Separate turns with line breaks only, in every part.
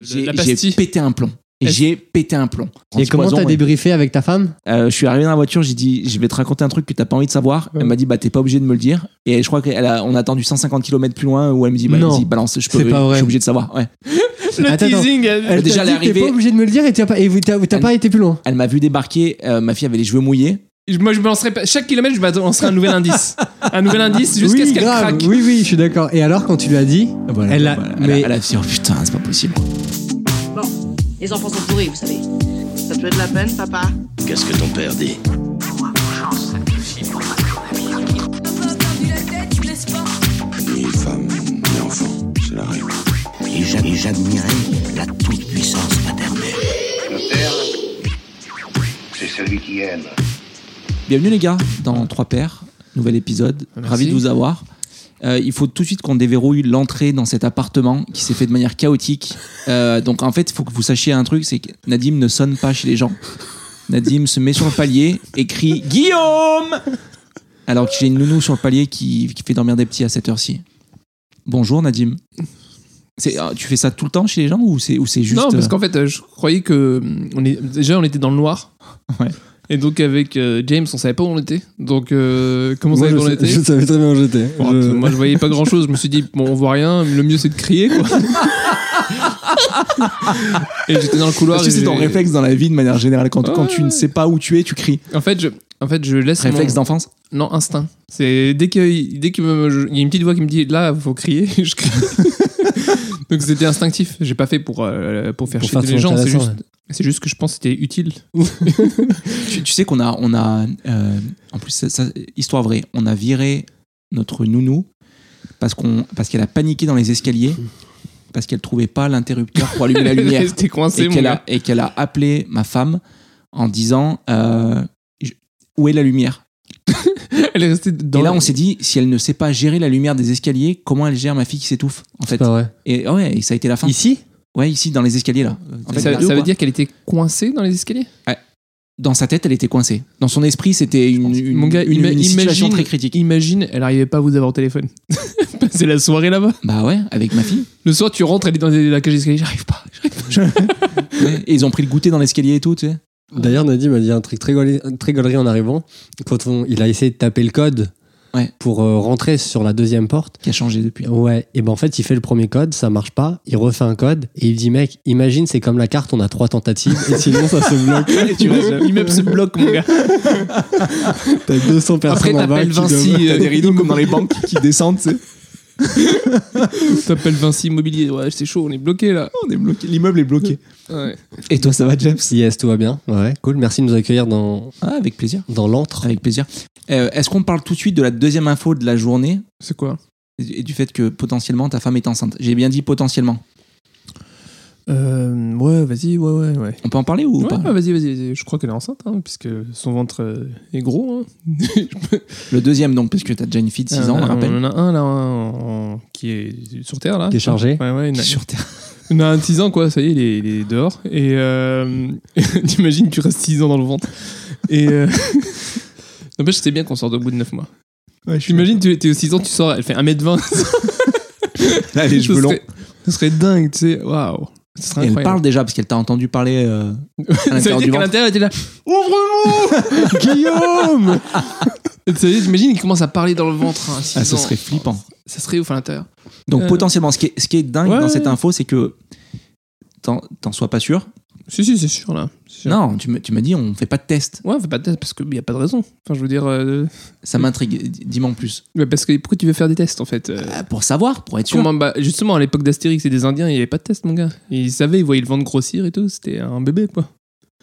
J'ai
la
j'ai
pastille.
pété un plomb.
Est-ce-
J'ai pété un plomb.
Et comment
Antipoison,
t'as
ouais.
débriefé avec ta femme
Euh, je suis arrivé dans la voiture, j'ai dit je vais te raconter un truc que t'as pas envie de savoir.
Ouais.
Elle m'a dit bah t'es pas obligé de me le dire. Et je crois qu'on a, on a attendu 150 km plus loin où elle me dit bah
Non.
vas-y, balance, je peux,
C'est pas
je
vrai.
suis obligé de savoir. Ouais.
Le
Attends, attends.
teasing. elle-
Elle
Déjà,
t'a
elle est
dit que T'es
arrivée-
pas obligé de me le dire et t'as pas, et vous- t'as- t'as
Elle-
pas été plus loin.
Elle m'a vu débarquer, euh, ma fille avait les cheveux mouillés.
Je- Moi, je balancerai pas. Chaque kilomètre, je balancerai un nouvel indice. Un nouvel indice jusqu'à
oui,
ce qu'elle
grave.
craque.
Oui, oui, je suis d'accord. Et alors, quand tu lui as dit,
Voilà,
bah, Elle a-
voilà,
Ah, mais-
elle a dit oh putain c'est pas possible.
Les enfants sont pourris, vous savez.
Ça te fait de la peine, papa
Qu'est-ce que ton père dit
Ni femme, ni enfant, c'est la règle.
Et j'a- et j'admirais la toute-puissance paternelle.
Le père, c'est celui qui aime.
Bienvenue les gars dans Trois Paires, nouvel épisode.
Merci.
Ravi de vous avoir. Euh, il faut tout de suite qu'on déverrouille l'entrée dans cet appartement qui s'est fait de manière chaotique. Euh, donc en fait, il faut que vous sachiez un truc, c'est que Nadim ne sonne pas chez les gens. Nadim se met sur le palier et crie Guillaume Alors que j'ai une nounou sur le palier qui, qui fait dormir des petits à cette heure-ci. Bonjour Nadim. C'est- ah, tu fais ça tout le temps chez les gens ou c'est ou c'est juste
non, parce
euh,
qu'en fait, euh, je croyais que. hum, On est... Déjà, on était dans le noir.
Ouais.
Et donc, avec euh, James, on savait pas où on était. Donc, euh, comment on
Moi,
savait
je,
où on
sais-
était
je savais très bien où j'étais.
Bon,
Je-
Moi, je voyais pas grand chose. Je me suis dit, bon, on voit rien. Le mieux, c'est de crier, quoi. et j'étais dans le couloir.
parce que
et
c'est ton
j'ai-
réflexe dans la vie de manière générale. Quand, quand tu ne
Ouais.
sais pas où tu es, tu cries.
En fait, je, en fait, je laisse. mon-
Réflexe d'enfance
Non, instinct. C'est dès qu'il dès que me- je- il y a une petite voix qui me dit là, faut crier, je crie. Donc c'était instinctif. J'ai pas fait pour euh, pour faire
Pour
chier
faire
les
son
gens. C'est
intéressant,
juste, c'est juste que je pense que c'était utile.
Tu, tu sais qu'on a, on a euh, en plus, ça- ça- histoire vraie, on a viré notre nounou parce qu'on, parce qu'elle a paniqué dans les escaliers, parce qu'elle trouvait pas l'interrupteur pour allumer la lumière
C'était coincé.
et
mon
qu'elle a,
gars.
et qu'elle a appelé ma femme en disant euh, je- où est la lumière.
Elle est restée dans.
et là,
le-
on s'est dit si elle ne sait pas gérer la lumière des escaliers, comment elle gère ma fille qui s'étouffe en
C'est
fait.
pas vrai.
Et ouais, et ça a été la fin.
Ici
Ouais, ici dans les escaliers là. En fait,
ça,
là,
ça veut
quoi.
dire qu'elle était coincée dans les escaliers.
dans sa tête, elle était coincée. Dans son esprit, c'était une, une,
Mon gars,
une-
ima-
une situation
imagine-
très critique.
Imagine, elle arrivait pas à vous avoir au téléphone. Passer la soirée là-bas.
Bah ouais, avec ma fille.
Le soir, tu rentres, elle est dans la cage d'escalier. J'arrive pas.
Ouais, et ils ont pris le goûter dans l'escalier et tout, tu sais.
D'ailleurs, Nadim m'a dit un truc très, gaulé- très gaulerie en arrivant. Quand on- il a essayé de taper le code
Ouais.
pour euh, rentrer sur la deuxième porte.
Qui a changé depuis.
Ouais, et ben en fait, il fait le premier code, ça marche pas, il refait un code et il dit mec, imagine c'est comme la carte, on a trois tentatives et sinon ça se bloque.
Et tu restes là. L'immeuble se bloque, mon gars.
T'as 200
Après,
personnes en bas
t'appelles
qui
Vinci.
doivent-
euh,
rideaux comme dans les banques qui descendent,
T'appelles Vinci Immobilier. Ouais, c'est chaud, on est bloqué là.
On est bloqué. L'immeuble est bloqué.
Ouais.
Et toi, ça va, James
Yes, tout va bien. Ouais, cool. Merci de nous accueillir dans,
Ah, avec plaisir.
dans l'antre.
Avec plaisir. Euh, Est-ce qu'on parle tout de suite de la deuxième info de la journée
C'est quoi
et du fait que potentiellement ta femme est enceinte J'ai bien dit potentiellement.
Euh, ouais, vas-y, ouais, ouais, ouais.
On peut en parler ou
Ouais,
pas
ouais, vas-y, vas-y, vas-y. Je crois qu'elle est enceinte, hein, puisque son ventre euh, est gros. hein.
Le deuxième, donc, parce que t'as déjà une fille de 6 ans, on
Euh,
le rappelle.
en a un là, en- en- qui est sur Terre là.
Qui est chargé.
Ouais, ouais, il y en a-
Sur Terre.
il y en a un de 6 ans, quoi, ça y est, il est, il est dehors. Et euh, t'imagines, tu restes 6 ans dans le ventre. Et. Euh... N'empêche, je sais bien qu'on sort au bout de 9 mois. J'imagine, tu es 6 ans, tu sors, elle fait 1m20.
Là,
Ce serait- Ce serait dingue, tu sais. Waouh. Ce serait
Elle
incroyable.
parle déjà parce qu'elle t'a entendu parler euh, à
Ça
l'intérieur
veut
du
dire qu'à
ventre.
l'intérieur, elle était là Ouvre-moi Guillaume Ça veut dire, J'imagine, il commence à parler dans le ventre. hein, six
Ah, ce
ans.
serait flippant.
Ça serait ouf à l'intérieur.
Donc,
Euh.
potentiellement, ce qui est, ce qui est dingue
Ouais.
dans cette info, c'est que t'en t'en sois pas sûr.
Si, si, c'est sûr, là. C'est sûr.
Non, tu me- tu m'as dit, on fait pas de test.
Ouais, on fait pas de test parce qu'il n'y a pas de raison. Enfin, je veux dire. euh,
Ça m'intrigue. D- Dis-moi en plus.
ouais, parce que pourquoi tu veux faire des tests, en fait euh,
Euh, pour savoir, pour être sûr.
Comment, bah, justement, à l'époque d'Astérix et des Indiens, il n'y avait pas de test, mon gars. Ils savaient, ils voyaient le ventre grossir et tout. C'était un bébé, quoi.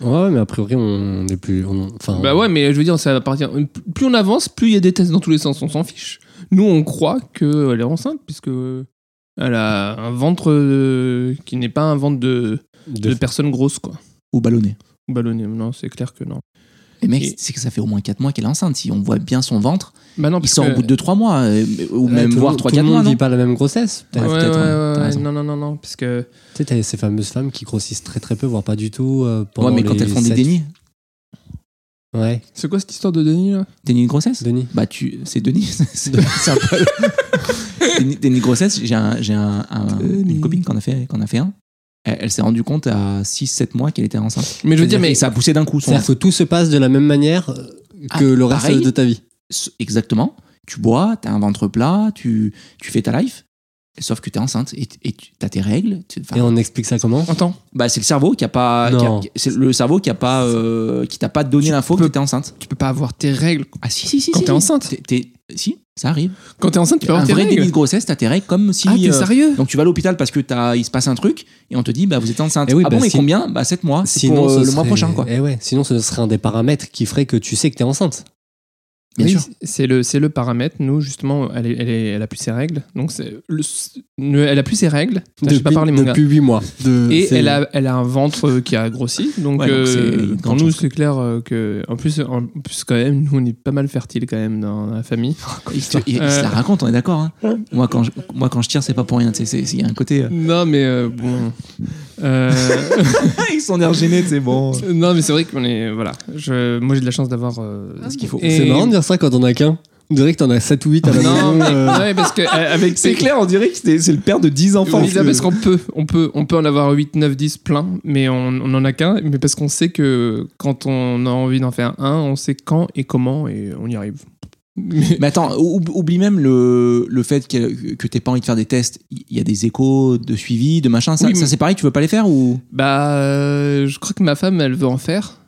Ouais, ouais, mais a priori, on est plus. on- enfin,
Bah ouais, mais je veux dire, ça va partir. Plus on avance, plus il y a des tests dans tous les sens, on s'en fiche. Nous, on croit qu'elle est enceinte, puisque elle a un ventre euh, qui n'est pas un ventre de,
de-
de personne grosse, quoi.
Ou ballonner.
Ou Ballonné, non, c'est clair que non.
Et mec,
Et-
c'est que ça fait au moins 4 mois qu'elle est enceinte. Si on voit bien son ventre,
Bah non,
il
parce
sort
que-
au bout de 2-3 mois, euh, ou
Ouais,
même
tout le
voire
monde-
3-4
Tout le
mois,
monde
non
vit pas la même grossesse.
Ouais,
peut-être.
Ouais,
ouais,
peut-être,
ouais,
ouais, t'as
ouais,
raison.
non, non, non, non, parce que
Tu sais, t'as ces fameuses femmes qui grossissent très très peu, voire pas du tout. euh, pendant
Ouais, mais quand
les
elles font des
sept-
dénis,
Ouais,
c'est quoi cette histoire de Denis là
dénis de grossesse
Denis.
Bah, tu. C'est Denis. c'est c'est un peu. déni, déni de grossesse, j'ai un, j'ai un, un-
Denis.
une copine qu'on a, fait- qu'on a fait un. elle, elle s'est rendue compte à 6-7 mois qu'elle était enceinte.
Mais je veux dire, mais
Et ça a poussé d'un coup. son
C'est-à-dire que tout se passe de la même manière euh,
Ah,
que le reste
pareil.
de ta vie.
S- Exactement. Tu bois, t'as un ventre plat, tu, tu fais ta life. Sauf que t'es enceinte et, et tu- t'as tes règles. tu- enfin,
Et on explique ça comment
entends.
bah, c'est le cerveau qui a pas, qui a-
Non.
c'est le cerveau qui a pas, euh, qui t'a pas donné l'info que
peux-
t'étais enceinte.
Tu peux pas avoir tes règles.
Ah si si si.
Quand
si, si.
t'es enceinte.
T'es- t'es- si, ça arrive.
Quand t'es enceinte, tu peux
un
avoir tes
vrai
règles.
délit de grossesse, t'as tes règles comme si.
ah, t'es
euh,
sérieux
donc tu vas à l'hôpital parce que t'as, il se passe un truc et on te dit bah vous êtes enceinte.
Eh oui,
ah
bah,
bon mais
si-
combien Bah 7 mois. C'est pour,
ce
euh, le mois
serait-
prochain quoi.
Eh ouais, sinon ce serait un des paramètres qui ferait que tu sais que t'es enceinte.
Bien
Oui,
sûr.
C'est le, c'est le paramètre. Nous, justement, elle, est- elle, est- elle a plus ses règles. Donc, c'est le- elle a plus ses règles. Putain, Je sais pas parler, mon gars.
depuis 8 mois. De-
Et
c'est-
elle a, elle a un ventre euh, qui a grossi. Donc,
Ouais, donc
euh,
c'est- il y a une grande
pour nous,
chance.
c'est clair euh, que. En plus, en plus, quand même, nous, on est pas mal fertile quand même dans la famille.
Il, se- il- il se la
Euh.
raconte, on est d'accord. hein. moi quand je, moi quand je tire c'est pas pour rien. tu sais, c'est- c'est- Il y a un côté. euh,
Non, mais euh, bon. Euh,
Ils sont l'air gênés, c'est bon.
non, mais c'est vrai qu'on est. Voilà. Je, moi, j'ai de la chance d'avoir euh, ce qu'il faut.
C'est
Et-
marrant de dire ça quand on a qu'un. On dirait que t'en as 7 ou 8 à la
Non,
maison.
mais,
euh,
ouais, parce que. euh, Avec,
on dirait que c'est le père de 10
Oui, Lisa, parce qu'on peut, on peut, on peut en avoir 8, 9, 10 plein, mais on on en a qu'un. Mais parce qu'on sait que quand on a envie d'en faire un, on sait quand et comment et on y arrive. Mais-
Mais attends, ou- oublie même le, le fait que, que t'aies pas envie de faire des tests. Il y a des échos de suivi, de machin. Ça,
Oui, mais-
ça, c'est pareil, tu veux pas les faire ou
bah, euh, je crois que ma femme, elle veut en faire.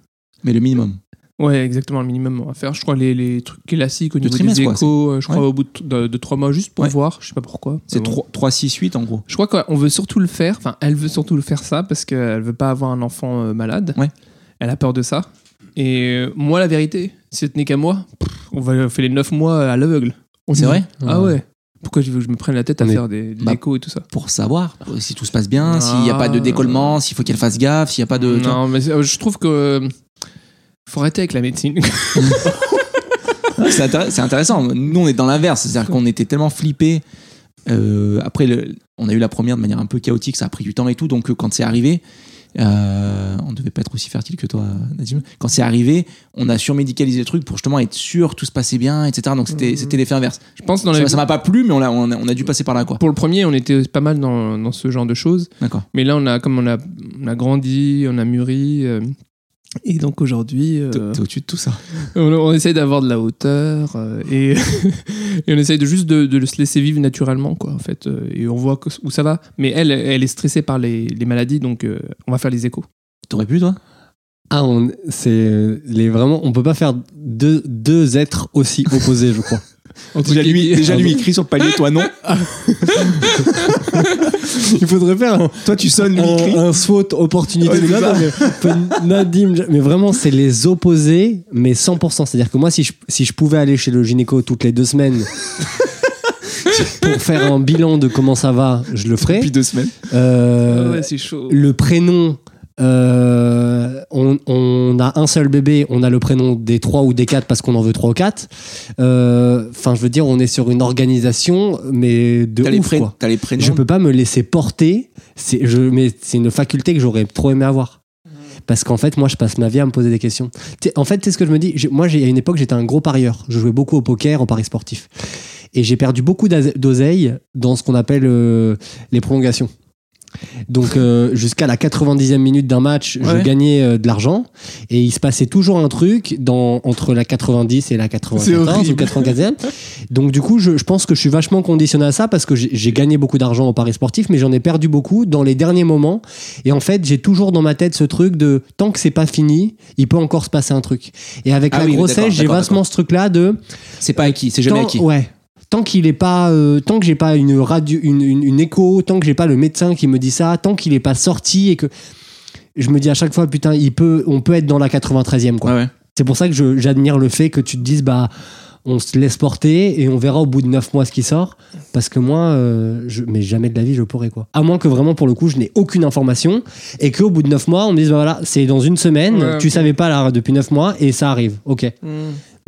Mais le minimum.
Ouais, exactement, le minimum à faire. Je crois les, les trucs classiques au
De
niveau des
trimestre, quoi,
échos, euh, je crois
ouais.
au bout de- de, de 3 mois, juste pour
Ouais.
voir, je sais pas pourquoi.
C'est
Mais bon.
3, 3, 6, 8 en gros.
Je crois qu'on veut surtout le faire, enfin, elle veut surtout le faire ça parce qu'elle veut pas avoir un enfant euh, malade.
Ouais.
Elle a peur de ça. Et euh, moi, la vérité, si ce n'est qu'à moi, pff, on va on fait les 9 mois à l'aveugle. On
C'est
y va.
vrai
Ah ouais. Pourquoi je veux que je me prenne la tête à
On est-
faire des, des
Bah,
échos et tout ça
Pour savoir euh, si tout se passe bien, s'il n'y a pas de
Ah.
décollement, s'il faut qu'elle fasse gaffe, s'il n'y a pas de. tu vois.
Non, mais euh, je trouve que. euh, Faut arrêter avec la médecine.
C'est intér- c'est intéressant. Nous, on est dans l'inverse. C'est-à-dire qu'on était tellement flippés. Euh, après, le- on a eu la première de manière un peu chaotique. Ça a pris du temps et tout. Donc, euh, quand c'est arrivé, euh, on devait pas être aussi fertile que toi, Nadim. Quand c'est arrivé, on a surmédicalisé le truc pour justement être sûr que tout se passait bien, etc. Donc, c'était c'était l'effet inverse.
je pense dans la-
Ça ça m'a pas plu, mais on a, on, a, on a dû passer par là, quoi.
Pour le premier, on était pas mal dans, dans ce genre de choses.
D'accord.
Mais là, on a, comme on a, on a grandi, on a mûri. euh, et donc aujourd'hui. euh,
T'es au-dessus de tout ça.
On, on essaye d'avoir de la hauteur euh, et, et on essaye de juste de, de se laisser vivre naturellement quoi en fait euh, et on voit que- où ça va. Mais elle, elle est stressée par les, les maladies donc euh, on va faire les échos.
T'aurais pu, toi
Ah, on, c'est les vraiment, on peut pas faire deux, deux êtres aussi opposés, je crois.
Déjà lui- déjà lui,
écrit sur le palier, toi non.
Il faudrait faire un,
toi, tu sonnes,
un, un SWOT opportunité.
Ouais,
de
c'est
Nadim,
ça.
mais, pas Nadim, mais vraiment, c'est les opposés, mais 100%. C'est-à-dire que moi, si je, si je pouvais aller chez le gynéco toutes les deux semaines pour faire un bilan de comment ça va, je le ferais.
deux semaines.
Euh,
Ah ouais, c'est chaud.
le prénom. euh, on, on a un seul bébé, on a le prénom des trois ou des quatre parce qu'on en veut trois ou quatre. Euh, Enfin, je veux dire, on est sur une organisation, mais de
T'as les,
ouf,
pré-
quoi.
t'as les prénoms.
Je peux pas me laisser porter. C'est, je, mais c'est une faculté que j'aurais trop aimé avoir.
Mmh.
Parce qu'en fait, moi, je passe ma vie à me poser des questions. T'sais, en fait, c'est ce que je me dis. J'ai- Moi, j'ai, à une époque, j'étais un gros parieur. Je jouais beaucoup au poker, au paris sportif. Et j'ai perdu beaucoup d'ase- d'oseille dans ce qu'on appelle euh, les prolongations. Donc, euh, jusqu'à la 90e minute d'un match, je
Ouais.
gagnais euh, de l'argent. Et il se passait toujours un truc dans, entre la 90 et la 94 ou 94e. Donc du coup, je, je pense que je suis vachement conditionné à ça parce que j'ai j'ai gagné beaucoup d'argent au paris sportif, mais j'en ai perdu beaucoup dans les derniers moments. Et en fait, j'ai toujours dans ma tête ce truc de tant que c'est pas fini, il peut encore se passer un truc. Et avec
Ah
la
oui, oui,
grossesse,
d'accord,
j'ai
d'accord,
vachement ce truc-là de
C'est pas acquis, c'est jamais
tant-
acquis.
Ouais. Tant qu'il est pas, euh, tant que j'ai pas une radio, une, une, une écho, tant que j'ai pas le médecin qui me dit ça, tant qu'il est pas sorti et que je me dis à chaque fois putain, il peut, on peut être dans la 93e quoi.
Ouais, ouais.
C'est pour ça que je- j'admire le fait que tu te dises, bah, on se laisse porter et on verra au bout de 9 mois ce qui sort. Parce que moi, euh, je, mais jamais de la vie, je pourrais, quoi. À moins que vraiment, pour le coup, je n'ai aucune information et qu'au bout de 9 mois, on me dise, bah voilà, c'est dans une semaine,
Ouais,
tu
ok. Hmm.
savais pas là depuis 9 mois et ça arrive. Ok.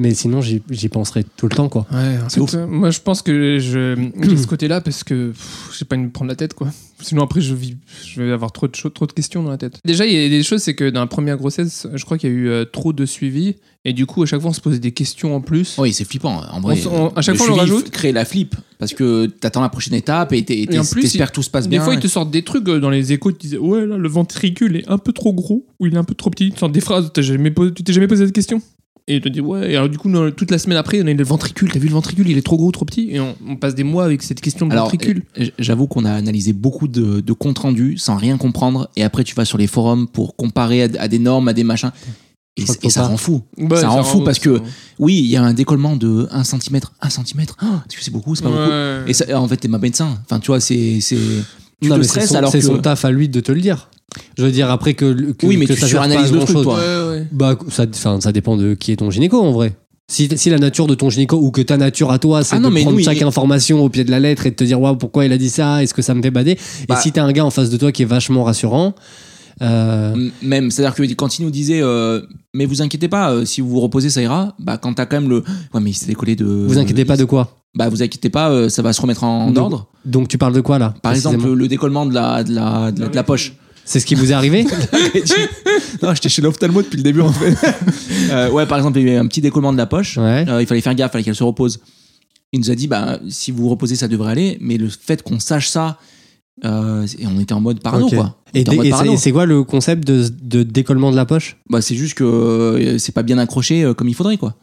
Mais sinon, j'y j'y penserai tout le temps, quoi.
Ouais, en fait, euh, moi je pense que je- j'ai ce côté-là parce que pff, j'ai pas envie de me prendre la tête quoi. Sinon après je vis, je vais avoir trop de choses, trop de questions dans la tête. Déjà il y a des choses, c'est que dans la première grossesse, je crois qu'il y a eu euh, trop de suivi et du coup à chaque fois on se posait des questions en plus.
Oui, c'est flippant. En vrai,
On s- on- à chaque
le
fois, on le
suivi
rajoute.
f- crée la flip parce que t'attends la prochaine étape et t'es-
Et en
t'es-
plus,
t'espères
il-
que tout se passe
Des
bien.
fois, ils te sortent des trucs euh, dans les échos, ils te disent Ouais, là, le ventricule est un peu trop gros ou il est un peu trop petit. Ils te sortent des phrases, t'as jamais posé- tu t'es jamais posé cette question. Et ils te disent Ouais, et alors du coup, non, toute la semaine après, on a le ventricule, t'as vu le ventricule, il est trop gros, trop petit. Et on, on passe des mois avec cette question de
Alors,
ventricule.
euh, j- j'avoue qu'on a analysé beaucoup de, de comptes rendus sans rien comprendre, et après tu vas sur les forums pour comparer à, d- à des normes, à des machins, et,
Je crois
c-
qu'il
et
faut
ça
pas.
rend fou.
Ouais,
ça rend fou parce que
Bah, ça-
oui, il y a un décollement de 1 cm, 1 cm, est-ce Ah, que c'est beaucoup, c'est pas beaucoup
Ouais.
Et ça, en fait, t'es ma médecin. Enfin, tu vois, c'est. c'est- Tu
Non,
te
mais c'est
stresses
son-
alors
c'est
que.
son taf à lui de te le dire. Je veux dire, après que. le- que
Oui, mais
que
tu
ça sert pas à
suranalyses le truc,
grand-chose.
toi.
Ouais, ouais.
Bah, ça, enfin, ça dépend de qui est ton gynéco en vrai. Si, si la nature de ton gynéco ou que ta nature à toi, c'est
Ah
de
non, mais
prendre
nous,
chaque
il-
information au pied de la lettre et de te dire waouh pourquoi il a dit ça, est-ce que ça me fait bader.
Bah.
Et si t'as un gars en face de toi qui est vachement rassurant, euh,
M- Même, c'est-à-dire que quand il nous disait, euh, mais vous inquiétez pas, euh, si vous vous reposez, ça ira. Bah, quand t'as quand même le, ouais, mais il s'est décollé de.
vous inquiétez pas de quoi.
Bah, vous inquiétez pas, euh, ça va se remettre en, en
Donc,
ordre.
Donc tu parles de quoi là
Par exemple,
précisément
le décollement de la, de la, de la, de la poche.
c'est ce qui vous est arrivé
non, j'étais chez l'ophtalmo depuis le début en fait. Euh, ouais, par exemple, il y avait un petit décollement de la poche.
Ouais.
Euh, il fallait faire gaffe, il fallait qu'elle se repose. Il nous a dit, bah, si vous vous reposez, ça devrait aller. Mais le fait qu'on sache ça, euh, et on était en mode parano,
Ok.
quoi. On
Et,
était en
dé-
mode
et c'est-
parano.
et c'est quoi le concept de, de décollement de la poche
Bah, c'est juste que euh, c'est pas bien accroché euh, comme il faudrait, quoi.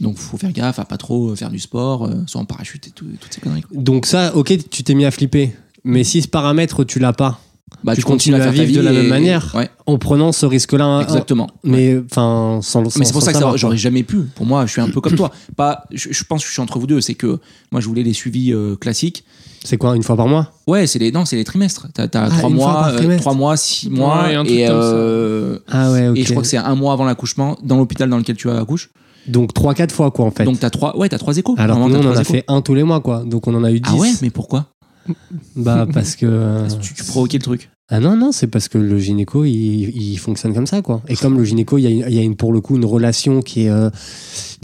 Donc, faut faire gaffe à pas trop euh, faire du sport, euh, soit en parachute et tout, toutes ces conneries. quoi.
Donc ça, ok, tu t'es mis à flipper. Mais si ce paramètre tu l'as pas,
Bah,
Tu continues à
faire ta
vivre de la
vie
même manière.
Ouais,
en prenant ce risque-là, hein.
exactement.
mais enfin sans, sans
Mais c'est pour
sans
ça que
savoir,
ça,
quoi.
j'aurais jamais pu. Pour moi, je suis un peu comme toi. Pas, je, je pense que je suis entre vous deux. C'est que moi, je voulais les suivis euh, classiques.
C'est quoi une fois par mois
Ouais, c'est les, non, c'est les trimestres. T'as, t'as
Ah,
trois
une fois
mois,
par
euh,
trimestre.
trois mois, six mois,
Ouais, un truc
et,
comme ça.
euh,
Ah ouais, ok.
et je crois que c'est un mois avant l'accouchement dans l'hôpital dans lequel tu accouches.
Donc 3-4 fois quoi en fait.
Donc t'as trois, ouais, t'as trois échos.
Alors que nous
Normalement,
on
t'as
en
trois
a
échos.
fait un tous les mois quoi. Donc on en a eu 10.
Ah ouais, mais pourquoi
Bah parce que. euh,
tu, tu provoquais le truc.
Ah non, non, c'est parce que le gynéco il, il fonctionne comme ça quoi. Et comme le gynéco il y a, une- il y a une, pour le coup une relation qui est euh,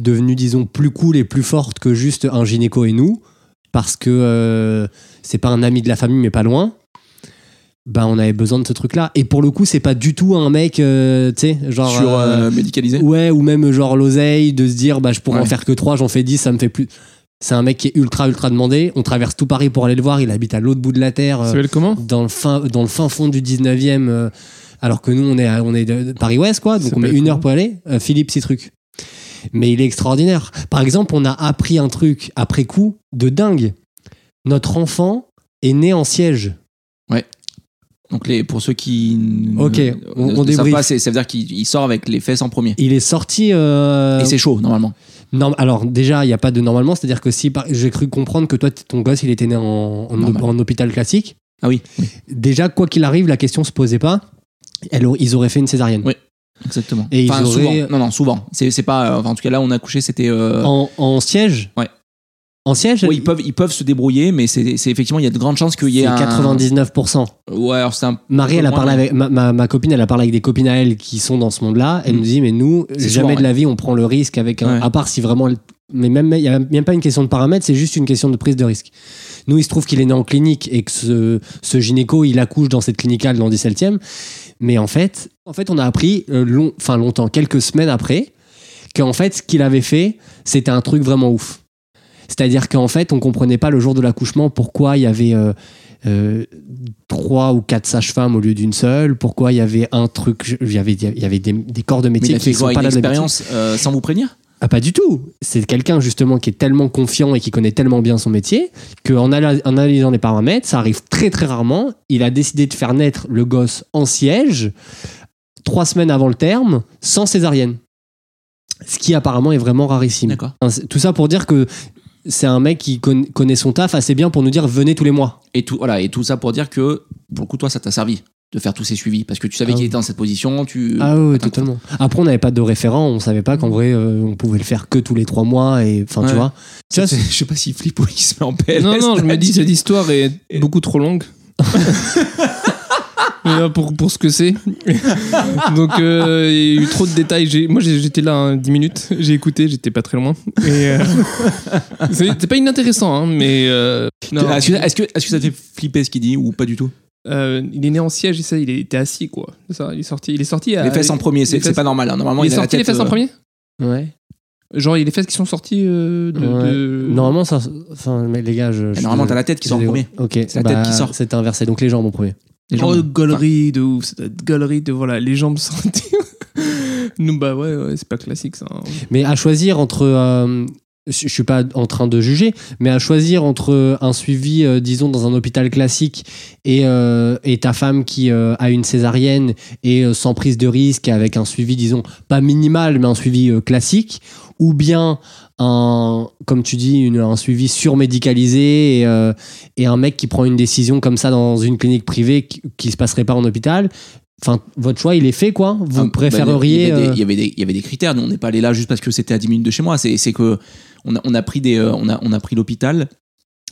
devenue disons plus cool et plus forte que juste un gynéco et nous. Parce que euh, c'est pas un ami de la famille mais pas loin. Bah on avait besoin de ce truc là. Et pour le coup c'est pas du tout un mec, euh, tu sais, genre.
Sur
euh,
euh, médicalisé.
Ouais, ou même genre l'oseille, de se dire, bah, je pourrais en
Ouais.
faire que 3, j'en fais 10, ça me fait plus. C'est un mec qui est ultra, ultra demandé. On traverse tout Paris pour aller le voir. Il habite à l'autre bout de la terre,
Ça
euh,
s'appelle comment
dans, le fin, dans le fin fond du 19e, euh, alors que nous, on est, à- on est de de Paris-Ouest, quoi. Donc
Ça
on met
s'appelle
une heure pour aller. Euh, Philippe, ces trucs. Mais il est extraordinaire. Par exemple, on a appris un truc après coup de dingue. Notre enfant est né en siège.
Donc les, pour ceux qui n-
Ok,
ne-
on-
ne
on
savent
débriefe.
pas, c'est- ça veut dire qu'il il sort avec les fesses en premier.
Il est sorti. euh,
Et c'est chaud normalement.
Non, alors déjà, il n'y a pas de normalement, c'est-à-dire que si par- j'ai cru comprendre que toi, t- ton gosse, il était né en, en-
Normal.
en hôpital classique,
Ah oui, oui,
déjà, quoi qu'il arrive, la question se posait pas. Elle au- ils auraient fait une césarienne.
Oui. exactement.
Et ils
Enfin,
auraient-
souvent. Non non souvent. C'est, c'est pas. euh, enfin, en tout cas là on a couché c'était. euh,
En, en siège
Ouais.
En siège
Ouais, ils peuvent, ils peuvent se débrouiller, mais c'est c'est effectivement, il y a de grandes chances qu'il y
C'est
ait un.
99%.
Ouais, alors c'est un.
Marie, elle a
Moins,
parlé
ouais.
avec ma, ma- ma copine, elle a parlé avec des copines à elle qui sont dans ce monde-là. Elle
Mm.
nous dit mais nous
C'est
jamais
souvent,
de la vie on prend le risque avec un
Ouais.
à part si vraiment elle- mais même il y a même pas une question de paramètres, c'est juste une question de prise de risque. Nous, il se trouve qu'il est né en clinique et que ce, ce gynéco, il accouche dans cette clinicale dans le 17e. Mais en fait, en fait, on a appris euh, long, enfin longtemps, quelques semaines après, qu'en fait, ce qu'il avait fait, c'était un truc vraiment ouf. C'est-à-dire qu'en fait, on comprenait pas le jour de l'accouchement pourquoi il y avait euh, euh, trois ou quatre sages-femmes au lieu d'une seule, pourquoi il y avait un truc, je- il y avait, il y avait des, des corps de
Mais
métier
là,
qui
ils
sont
ont
pas
une
là d'habitude.
expérience euh, sans vous prévenir
Ah pas du tout. C'est quelqu'un justement qui est tellement confiant et qui connaît tellement bien son métier qu'en analysant les paramètres, ça arrive très très rarement. Il a décidé de faire naître le gosse en siège trois semaines avant le terme sans césarienne. Ce qui apparemment est vraiment rarissime.
D'accord.
Hein, c'est- Tout ça pour dire que c'est un mec qui conna- connaît son taf assez bien pour nous dire venez tous les mois.
Et tout, voilà, et tout ça pour dire que, pour le coup, toi, ça t'a servi de faire tous ces suivis parce que tu savais
Ah
qu'il
oui.
était dans cette position. Tu...
Ah oui,
Attends,
totalement. Après, on n'avait pas de référent, on savait pas qu'en vrai, euh, on pouvait le faire que tous les trois mois. Et enfin,
Ouais.
tu vois. Tu vois,
c'est- Je sais pas s'il flippe ou il se met en PLS.
Non, non, je me dis
là-dessus.
cette histoire est beaucoup trop longue. euh, pour, pour ce que c'est. Donc euh, il y a eu trop de détails. J'ai- Moi j'ai- j'étais là hein, 10 minutes, j'ai écouté, j'étais pas très loin. Et, euh, c'est c'est pas inintéressant, hein, mais. euh, non.
Est-ce que, est-ce que- est-ce que ça te fait flipper ce qu'il dit ou pas du tout
Euh, il est né en siège, et ça, il était assis quoi. C'est ça, il est sorti. Il est sorti à.
Les fesses en premier, c'est
Euh, les fesses-
c'est pas normal. hein. Normalement,
il est
a la
sorti les
tête,
fesses en
euh,
premier
Ouais.
Genre il y a les fesses qui sont sorties euh, de,
Ouais.
de-
Normalement, ça. Enfin, mais les gars, je. je-
bah, Normalement, t'as la tête qui sort en
je-
premier.
Ok. bah, C'est
la tête qui sort.
C'était inversé. Donc les jambes en premier.
Les gens-
Oh, galerie de ouf, cette galerie de voilà, les jambes sorties. Nous, bah ouais, ouais, c'est pas classique ça. hein.
Mais à choisir entre. euh, je je suis pas en train de juger, mais à choisir entre euh, un suivi, euh, disons, dans un hôpital classique et, euh, et ta femme qui euh, a une césarienne et euh, sans prise de risque, avec un suivi, disons, pas minimal, mais un suivi euh, classique, ou bien un, comme tu dis, une- un suivi surmédicalisé et, euh, et un mec qui prend une décision comme ça dans une clinique privée qui, qui se passerait pas en hôpital. Enfin, votre choix, il est fait, quoi. Vous
Ah, bah, il
préféreriez.
y avait des-
euh,
Il y, avait des, il y avait des critères. Nous, on n'est pas allé là juste parce que c'était à 10 minutes de chez moi. C'est c'est que on a, on a pris des, euh, on a, on a pris l'hôpital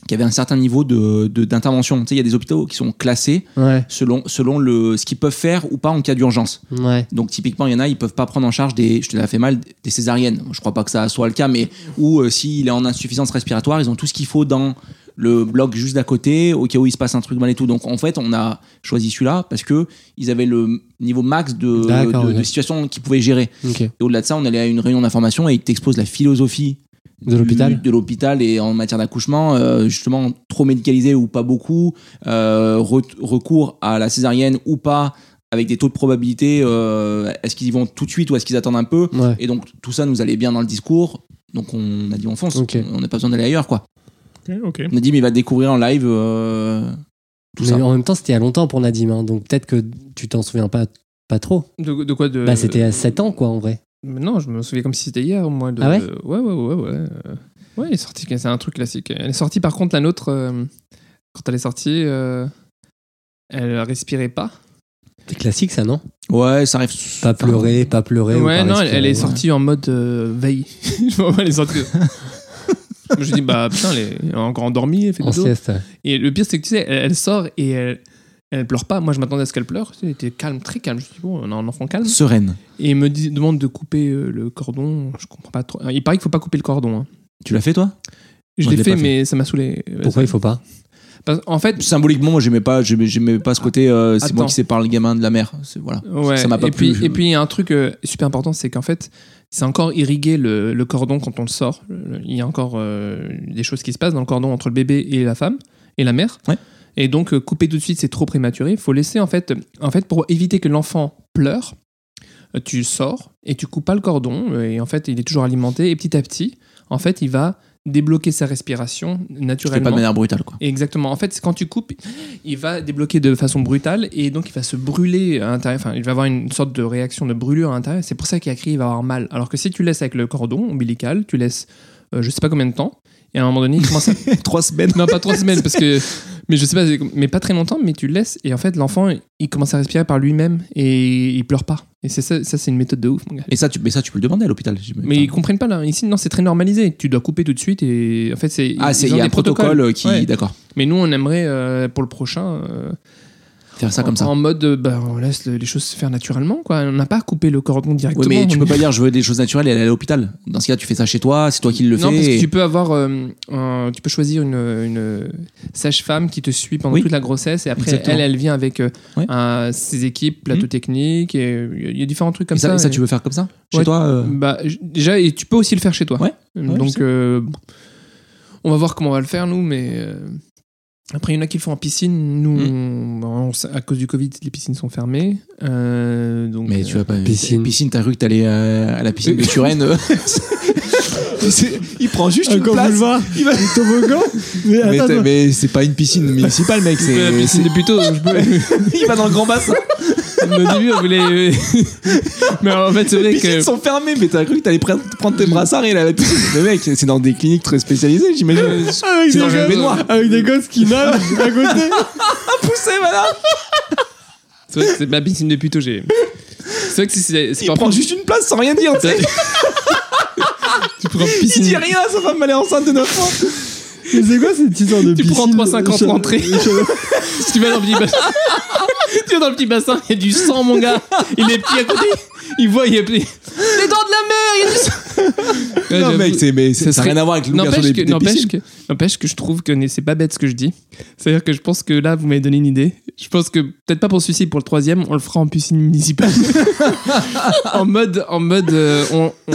qui avait un certain niveau de de- d'intervention. Tu sais, il y a des hôpitaux qui sont classés
Ouais,
selon selon le ce qu'ils peuvent faire ou pas en cas d'urgence.
ouais.
Donc typiquement, il y en a, ils peuvent pas prendre en charge des, je te l'ai fait mal, des césariennes. Je crois pas que ça soit le cas, mais ou euh, s'il est en insuffisance respiratoire, ils ont tout ce qu'il faut dans le bloc juste d'à côté, au cas où il se passe un truc mal et tout. Donc en fait, on a choisi celui-là parce que ils avaient le niveau max de,
D'accord,
de,
ok.
de situation qu'ils pouvaient gérer.
Ok.
Et au-delà de ça, on allait à une réunion d'information et ils t'exposent la philosophie
De l'hôpital
de l'hôpital et en matière d'accouchement, euh, justement trop médicalisé ou pas beaucoup, euh, re- recours à la césarienne ou pas, avec des taux de probabilité, euh, est-ce qu'ils y vont tout de suite ou est-ce qu'ils attendent un peu
Ouais.
Et donc tout ça nous allait bien dans le discours, donc on a dit on fonce,
Ok.
on n'a pas besoin d'aller ailleurs quoi.
ok.
On a dit mais il va découvrir en live euh, tout
Mais
ça.
en même temps, c'était il y a longtemps pour Nadim, hein, donc peut-être que tu t'en souviens pas, pas trop.
De, de quoi de...
Bah, c'était à 7 ans, quoi, en vrai.
Mais non, je me souviens comme si c'était hier, moi. De...
Ah ouais
Ouais, ouais, ouais, ouais. euh, Ouais, elle est sortie, c'est un truc classique. Elle est sortie, par contre, la nôtre, euh, quand elle est sortie, euh, elle respirait pas.
C'est classique, ça, non
Ouais, ça arrive.
Pas pleurer, pas pleurer. ou
ouais,
pas
non, elle,
respirer.
elle est sortie en mode euh, veille. je vois pas, elle est sortie. Je me suis dit, bah putain, elle est encore endormie, elle fait
En
dodo.
sieste. ouais.
Et le pire, c'est que tu sais, elle, elle sort et elle, elle pleure pas. Moi, je m'attendais à ce qu'elle pleure. Elle était calme, très calme. Je me suis dit, bon, on a un enfant calme.
Sereine.
Et il me dit- demande de couper euh, le cordon. Je comprends pas trop. Il paraît qu'il faut pas couper le cordon. hein.
Tu l'as fait toi
Je
Moi, je
l'ai
l'ai
fait,
pas fait.
mais ça m'a saoulé. Euh,
Pourquoi il
ça-
faut pas
parce- En fait,
Symboliquement, moi j'aimais pas, j'aimais, j'aimais pas ce côté. euh, c'est moi
Attends.
qui sépare le gamin de la mère. C'est voilà.
ouais.
ça m'a pas
et
plu,
Puis,
je-
Et puis, il y a un truc euh, super important, c'est qu'en fait, c'est encore irrigué le, le cordon quand on le sort. Le- Il y a encore euh, des choses qui se passent dans le cordon entre le bébé et la femme et la mère.
Ouais.
Et donc, euh, couper tout de suite, c'est trop prématuré. Il faut laisser, en fait, en fait, pour éviter que l'enfant pleure, euh, tu sors et tu coupes pas le cordon. euh, Et en fait, il est toujours alimenté. Et petit à petit, en fait, il va débloquer sa respiration
Je fais
naturellement.
pas de manière brutale quoi.
Exactement. En fait, c'est quand tu coupes, il va débloquer de façon brutale et donc il va se brûler à l'intérieur. Enfin, il va avoir une sorte de réaction de brûlure à l'intérieur. C'est pour ça qu'il a crié, il va avoir mal. Alors que si tu laisses avec le cordon ombilical, tu laisses euh, je sais pas combien de temps et à un moment donné, il commence à.
Trois semaines.
non, pas trois semaines parce que. Mais je sais pas, c'est- mais pas très longtemps, mais tu le laisses et en fait, l'enfant il commence à respirer par lui-même et il pleure pas. Et c'est ça, ça c'est une méthode de ouf, mon gars.
Et ça, tu, mais ça, tu peux le demander à l'hôpital. j'imagine.
Mais ils comprennent pas là. Ici, non, c'est très normalisé. Tu dois couper tout de suite et en fait, c'est.
ah,
ils
c'est
ont
il y a
des
un protocole euh, qui,
Ouais.
d'accord,
Mais nous, on aimerait euh, pour le prochain euh,
faire ça comme
en,
ça.
en mode, euh, bah, on laisse le- les choses se faire naturellement, quoi. On n'a pas coupé le cordon
Oui,
directement.
mais tu
On-
peux pas dire je veux des choses naturelles et aller à l'hôpital. Dans ce cas, tu fais ça chez toi, c'est toi qui le
non,
fais.
parce que
et-
tu peux avoir, euh, un- tu peux choisir une, une sage-femme qui te suit pendant
Oui.
toute la grossesse et après
Exactement.
elle, elle vient avec euh,
Ouais.
un- ses équipes, plateau
Mhm.
technique et euh, il y a différents trucs comme
et ça,
ça.
et ça,
Et-
tu veux faire comme ça
Ouais.
chez toi. euh,
Bah, j- déjà, et tu peux aussi le faire chez toi.
Ouais. je
Donc,
sais.
euh, on va voir comment on va le faire, nous, mais. euh, Après, il y en a qui le font en piscine. Nous,
Hmm.
on- on sait- à cause du Covid, les piscines sont fermées. Euh, donc,
Mais tu vas pas
Piscine.
Piscine, t'as cru que t'allais euh, à la piscine de Turenne. euh. Ah, C'est- il prend juste une place.
il va toboggan. Mais
Mais,
attends,
t'as- mais c'est pas une piscine municipale, mec.
C'est la
C'est,
piscine de plutôt. Je peux...
c'est- il va dans le grand bassin.
Au début, on voulait. euh, mais en fait, c'est
Les
vrai
piscines
que.
sont fermées, mais t'as cru que t'allais pre- prendre tes brassards et aller à la piscine. Mais mec, c'est dans des cliniques très spécialisées, j'imagine.
avec,
C'est dans
des
une
gosses-
baignoire.
avec des gosses qui nagent à côté.
Poussez, madame.
C'est vrai que c'est ma piscine de plutôt. J'ai. C'est vrai que c'est. c'est
Il
pas-
prend juste une place sans rien dire. tu sais.
Tu prends
Il dit
piscine.
rien, sa femme elle est enceinte de 9 ans.
Mais c'est quoi cette histoire de
Tu prends
piscine
3,50
Je-
l'entrée.
je-
Si tu vas dans le petit bassin. Tu vois, dans le petit bassin, il y a du sang, mon gars. Il est pieds à côté. Il voit, il est Les dents de la mer, il y a du sang.
Non, mec, c'est- mais c'est-
ça
ça n'a
serait-
rien à voir avec l'ouverture
N'empêche
des,
que,
des
n'empêche
piscines.
que, n'empêche que je trouve que n'est- c'est pas bête ce que je dis. C'est-à-dire que je pense que là, vous m'avez donné une idée. Je pense que peut-être pas pour celui-ci, pour le troisième, on le fera en piscine municipale. en mode, en mode, euh, on, on,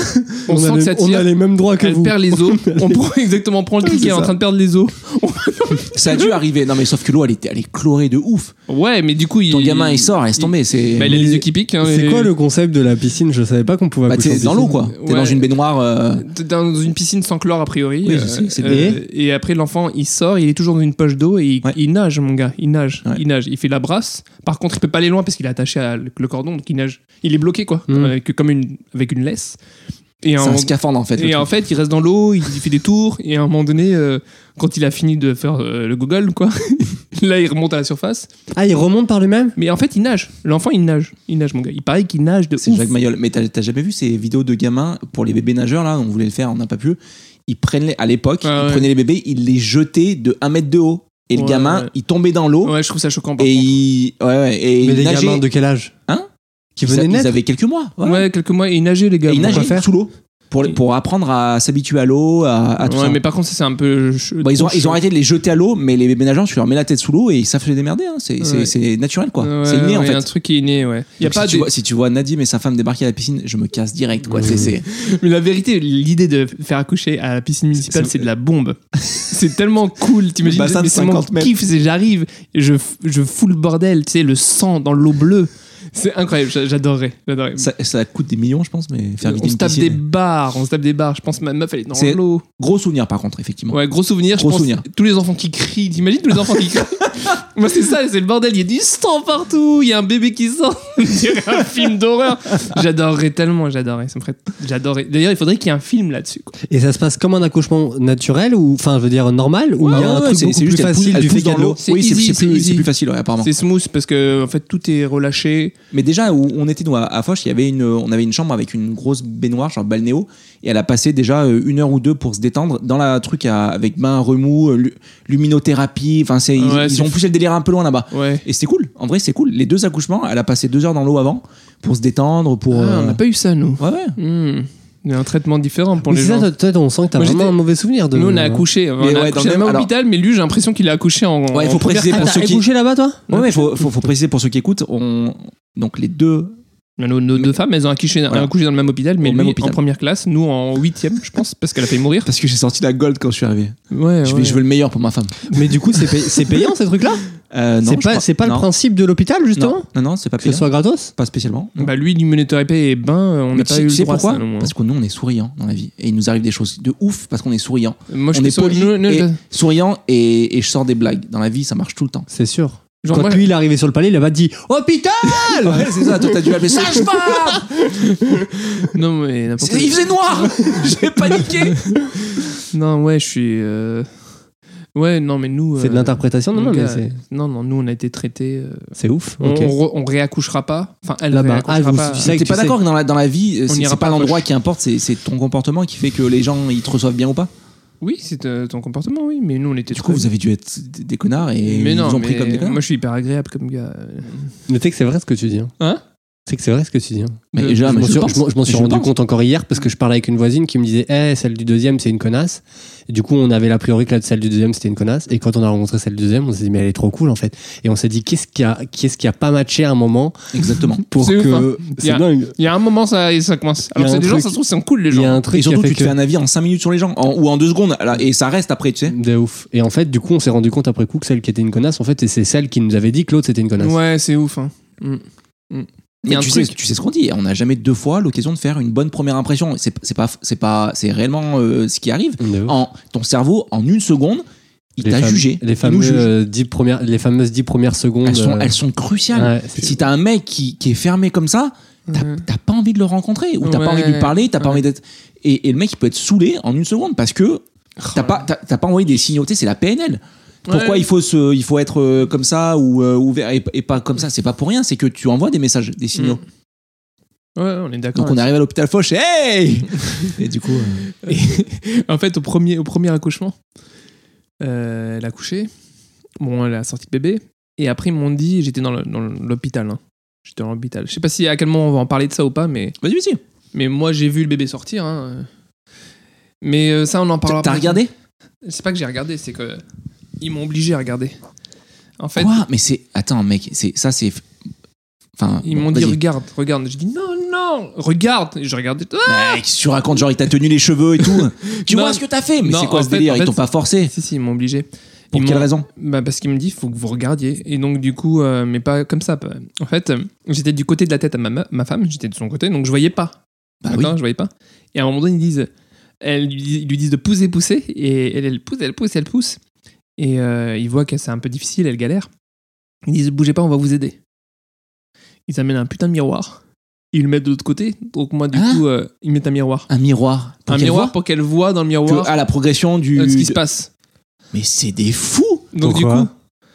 on
a
sent que
les-
ça
on a
tire.
les mêmes droits que
Elle
vous.
perd les os. On prend exactement, on prend le truc
c'est
qui est en
ça.
train de perdre les os.
Ça a dû arriver. Non, mais sauf que l'eau, elle, était- elle est chlorée de ouf.
Ouais, mais du coup, il,
Ton gamin, il sort, laisse tomber. C'est
Bah, il a
Mais
les yeux qui piquent. hein,
C'est
et-
quoi le concept de la piscine Je savais pas qu'on pouvait
Bah,
accoucher
t'es dans
en
l'eau,
piscine.
quoi. T'es
Ouais.
dans une baignoire. euh,
dans une piscine sans chlore a priori euh,
Oui, je sais, c'est
et après l'enfant il sort il est toujours dans une poche d'eau et il,
Ouais.
il nage mon gars il nage
Ouais.
il nage il fait la brasse par contre il peut pas aller loin parce qu'il est attaché à le le cordon donc il nage il est bloqué quoi
Mm.
avec, comme une, avec une laisse et,
Hmm. C'est
en,
un scaphandre, en fait. le
et en
truc.
fait il reste dans l'eau il fait des tours et à un moment donné euh, quand il a fini de faire euh, le google quoi là il remonte à la surface
Ah, il remonte par lui-même
mais en fait il nage l'enfant il nage il nage mon gars il paraît qu'il nage de
C'est
ouf.
Jacques Mayol. Mais t'as t'as jamais vu ces vidéos de gamins pour les bébés nageurs, là On voulait le faire, on n'a pas pu. Ils prennent les- à l'époque,
Ah,
ils
ouais.
prenaient les bébés, ils les jetaient de 1 mètre de haut. Et le
Ouais,
gamin,
ouais.
il tombait dans l'eau.
ouais je trouve ça choquant par
Et
contre.
il, ouais, ouais, et
Mais
il
les
nageait.
gamins de quel âge
Hein
Qui
ils, a-
venaient
ils
naître
avaient quelques mois. ouais.
ouais. quelques mois et il nageait les gars
Et ils
on va
nageaient
pas faire.
sous l'eau pour,
Et-
pour apprendre à s'habituer à l'eau, à, à Ah, tout
ouais,
ça.
mais par contre, ça, c'est un peu. euh, ch-
Bah, ils, ont,
trop
ils ont
chaud.
arrêté de les jeter à l'eau, mais les bébés nageurs, tu leur mets la tête sous l'eau et ils savent se démerder. hein. C'est c'est-
Ouais.
c'est naturel, quoi.
Ouais,
c'est inné, en
ouais,
fait.
un truc qui est né, ouais. Y a
Donc, si,
pas
tu
des-
vois, si tu vois Nadim et sa femme débarquer à la piscine, je me casse direct, quoi.
Oui.
C'est- c'est-
Mais la vérité, l'idée de faire accoucher à la piscine municipale,
c'est-
c'est de la bombe. c'est tellement cool, t'imagines.
Le bassin de
mais c'est mon
50 mètres.
kiff, c'est j'arrive, je, f- je fous le bordel, tu sais, le sang dans l'eau bleue. C'est incroyable, j'a- j'adorerais. j'adorerais.
ça, ça coûte des millions, je pense, mais faire vider
On se
une
tape
piscine.
des barres, on se tape des barres. Je pense que ma meuf, elle est dans
C'est-
l'eau.
Gros souvenir, par contre, effectivement.
Ouais, gros souvenir.
Gros
je pense,
souvenir.
Tous les enfants qui crient. T'imagines tous les enfants qui crient Moi, c'est ça, c'est le bordel. Il y a du sang partout. Il y a un bébé qui sort. On dirait un film d'horreur. J'adorerais tellement. J'adorerais. Ça me ferait. J'adorerais. D'ailleurs, il faudrait qu'il y ait un film là-dessus. quoi.
Et ça se passe comme un accouchement naturel ou, enfin, je veux dire normal ou
Ouais,
il y
ouais,
a un
ouais,
truc
c'est-
beaucoup
c'est
plus
juste qu'elle pousse-
facile
elle
du
pousse
fait
dans
qu'à l'eau
C'est
Oui, c'est
easy,
c'est
c'est
plus, c'est
easy.
plus facile, ouais, apparemment.
C'est smooth parce que en fait tout est relâché.
Mais déjà, où on était nous, à, à Foch, il y avait une, on avait une chambre avec une grosse baignoire, genre balnéo, et elle a passé déjà euh, une heure ou deux pour se détendre dans la truc à- avec bain à remous, euh, lu- luminothérapie. Enfin, c'est, ils,
Ouais,
ils
c'est
ont
fou.
poussé le délire un peu loin là-bas.
Ouais.
Et c'était cool. En vrai, c'est cool. Les deux accouchements, elle a passé deux heures dans l'eau avant pour se détendre, pour.
Ah,
euh,
on n'a pas eu ça nous.
Ouais, ouais.
Hmm. Il y a un traitement différent pour
Mais
les
c'est ça,
gens.
toi, toi, on sent que t'as
Moi,
vraiment
j'étais-
un mauvais souvenir de.
Nous on a accouché,
euh,
on
Mais
a
ouais, dans
accouché dans
le
le
même-
même
alors-
hôpital, mais lui j'ai l'impression qu'il a accouché en.
Ouais, il
en
faut
première-
préciser
Ah,
pour
t'as
ceux qui.
accouché là-bas, toi
Ouais, ouais, faut, faut, faut préciser pour ceux qui écoutent. On... Donc les deux.
Nos, nos deux femmes, elles ont accouché,
Voilà.
accouché dans le même hôpital, mais
Au
lui,
même hôpital.
en première classe, nous en huitième, je pense, parce qu'elle a failli mourir.
Parce que j'ai sorti la gold quand je suis arrivé.
Ouais,
Je,
ouais.
vais- je veux le meilleur pour ma femme.
Mais du coup, Ah c'est pay- c'est payant ces trucs-là
Euh, non,
C'est
je
pas,
crois-
c'est pas le
non.
principe de l'hôpital, justement
Non, non, non, c'est pas
Que ce
payant.
soit gratos
Pas spécialement. non.
Bah lui, l'immunothérapie et ben, euh, on
Mais
n'a
tu
pas
sais,
eu
tu
le
sais
droit à
pourquoi
ça. non.
Parce que nous, on est souriant dans la vie. Et il nous arrive des choses de ouf parce qu'on est souriant.
Moi, je
on
suis
est
sur-
poli
non, non,
et
je-
souriant et, et je sors des blagues. Dans la vie, ça marche tout le temps.
C'est sûr.
genre,
Quand
moi,
lui, il est arrivé sur le palais, il a pas dit oh,
Oh,
Hôpital
Ouais, c'est ça. Toi, t'as dû appeler ça.
Non, mais n'importe
Il faisait noir J'ai paniqué
Non, ouais, je suis. euh, Ouais, non, mais nous.
C'est de
euh,
l'interprétation, non,
mon
non, mais
gars,
c'est-
non, non, nous, on a été traités. euh,
c'est ouf.
on-
ok.
On, re- on réaccouchera pas. Enfin, elle
Là-bas.
réaccouchera
Ah, vous-
pas.
tu sais-
T'es
que
pas
sais.
d'accord que dans la, dans la vie, c'est
ira
c'est pas
pas
l'endroit
proche.
qui importe, c'est c'est ton comportement qui fait que les gens ils te reçoivent bien ou pas.
Oui, c'est euh, ton comportement, oui, mais nous, on était.
Du coup,
très-
vous avez dû être des des connards et
Mais
ils
non,
vous ont pris
mais
comme des connards.
moi, je suis hyper agréable comme gars.
Mais tu sais que c'est vrai ce que tu dis. hein.
Hein
C'est que c'est vrai ce que tu dis. hein.
Mais
Euh,
déjà,
je
mais
m'en
je
suis,
pense.
je m'en- je m'en suis
Je
rendu
pense.
compte encore hier parce que je parlais avec une voisine qui me disait Eh, celle du deuxième, c'est une connasse. Et du coup, on avait l'a priori que la celle du deuxième, c'était une connasse. Et quand on a rencontré celle du deuxième, on s'est dit Mais elle est trop cool en fait. Et on s'est dit Qu'est-ce qui a, qu'est-ce qui a pas matché à un moment
Exactement.
pour
C'est ouf,
hein.
que.
Il y
C'est
a-
dingue.
Il y a un moment, ça, ça commence.
Il y a
Alors, c'est
un
des gens,
truc-
ça se trouve, c'est cool, les
Il y a
gens.
un truc
Et surtout,
qui a
tu
fait
te fais un avis en 5 minutes sur les gens en- ou en 2 secondes là, et ça reste après, tu sais.
que- De ouf. Et en fait, du coup, on s'est rendu compte après coup que celle qui était une connasse, en fait, et c'est celle qui nous avait dit que l'autre c'était une connasse.
Ouais, c'est ouf. Hein. Mm. Mm. Il y
Mais
a un
tu sais,
truc.
tu sais ce qu'on dit, on n'a jamais deux fois l'occasion de faire une bonne première impression. C'est c'est pas, c'est pas, c'est réellement euh, ce qui arrive.
De ouf.
En ton cerveau, en une seconde, il
Les
t'a
fam-
jugé. il
Les,
nous
fameux,
juge.
euh, dix premières, les fameuses 10 premières secondes.
elles sont,
euh,
elles sont cruciales.
ouais, c'est-
Si t'as un mec qui, qui est fermé comme ça, t'as
Ouais.
t'as pas envie de le rencontrer ou t'as
Ouais.
pas envie de lui parler, t'as pas
Ouais.
envie d'être. Et, et le mec, il peut être saoulé en une seconde parce que t'as pas, t'as- t'as pas envoyé des signaux. Tu sais, C'est la PNL. Pourquoi
Oh. Ouais.
il faut se, il faut être euh, comme ça ou euh, ouvert et, et pas comme ça C'est pas pour rien. C'est que tu envoies des messages, des signaux.
Mm. Ouais, on est d'accord.
Donc on arrive à l'hôpital Foch. Hey Et du coup, euh,
Et en fait, au premier, au premier accouchement, euh, elle a accouché. Bon, elle a sorti le bébé. Et après, ils m'ont dit, j'étais dans le- dans l'hôpital. hein. J'étais dans l'hôpital. Je sais pas si à quel moment on va en parler de ça ou pas, mais,
Vas-y, vas-y.
mais moi, j'ai vu le bébé sortir. hein. Mais euh, ça, on en parlera
T'as t'as
plus.
regardé
C'est pas que j'ai regardé, c'est que ils m'ont obligé à regarder. En fait,
Quoi Mais c'est. Attends, mec, c'est ça, c'est. Enfin.
ils
bon,
m'ont dit
vas-y.
regarde, regarde. J'ai dit non, non, regarde. Et je regardais. Ah
Mec, tu racontes, genre, il t'a tenu les cheveux et tout. tu
Non.
vois ce que t'as fait Mais
Non,
c'est quoi
en
ce
fait-
délire
en
Ils
fait,
t'ont pas forcé.
si, si, ils m'ont obligé.
Pour
ils
quelle
m'ont-
raison
Bah parce qu'il me dit, faut que vous regardiez. Et donc du coup, euh, mais pas comme ça. pas- En fait, euh, j'étais du côté de la tête à ma, ma- ma femme, j'étais de son côté, donc je voyais pas.
Bah
D'accord, je voyais pas. Et à un moment donné, ils disent, elles lui, dis- ils lui disent de pousser, pousser, et elle, elle pousse, elle pousse, elle pousse. Et euh, ils voient que c'est un peu difficile, elle galère. Ils disent, bougez pas, on va vous aider. Ils amènent un putain de miroir. Ils le mettent de l'autre côté. Donc moi, du
Hein
coup, euh, ils mettent un miroir.
Un miroir. Pour
un
qu'elle
miroir
voie
pour qu'elle voit dans le
que,
miroir
à la progression du.
euh, ce qui se passe.
Mais c'est des fous
Donc
Pourquoi
du coup,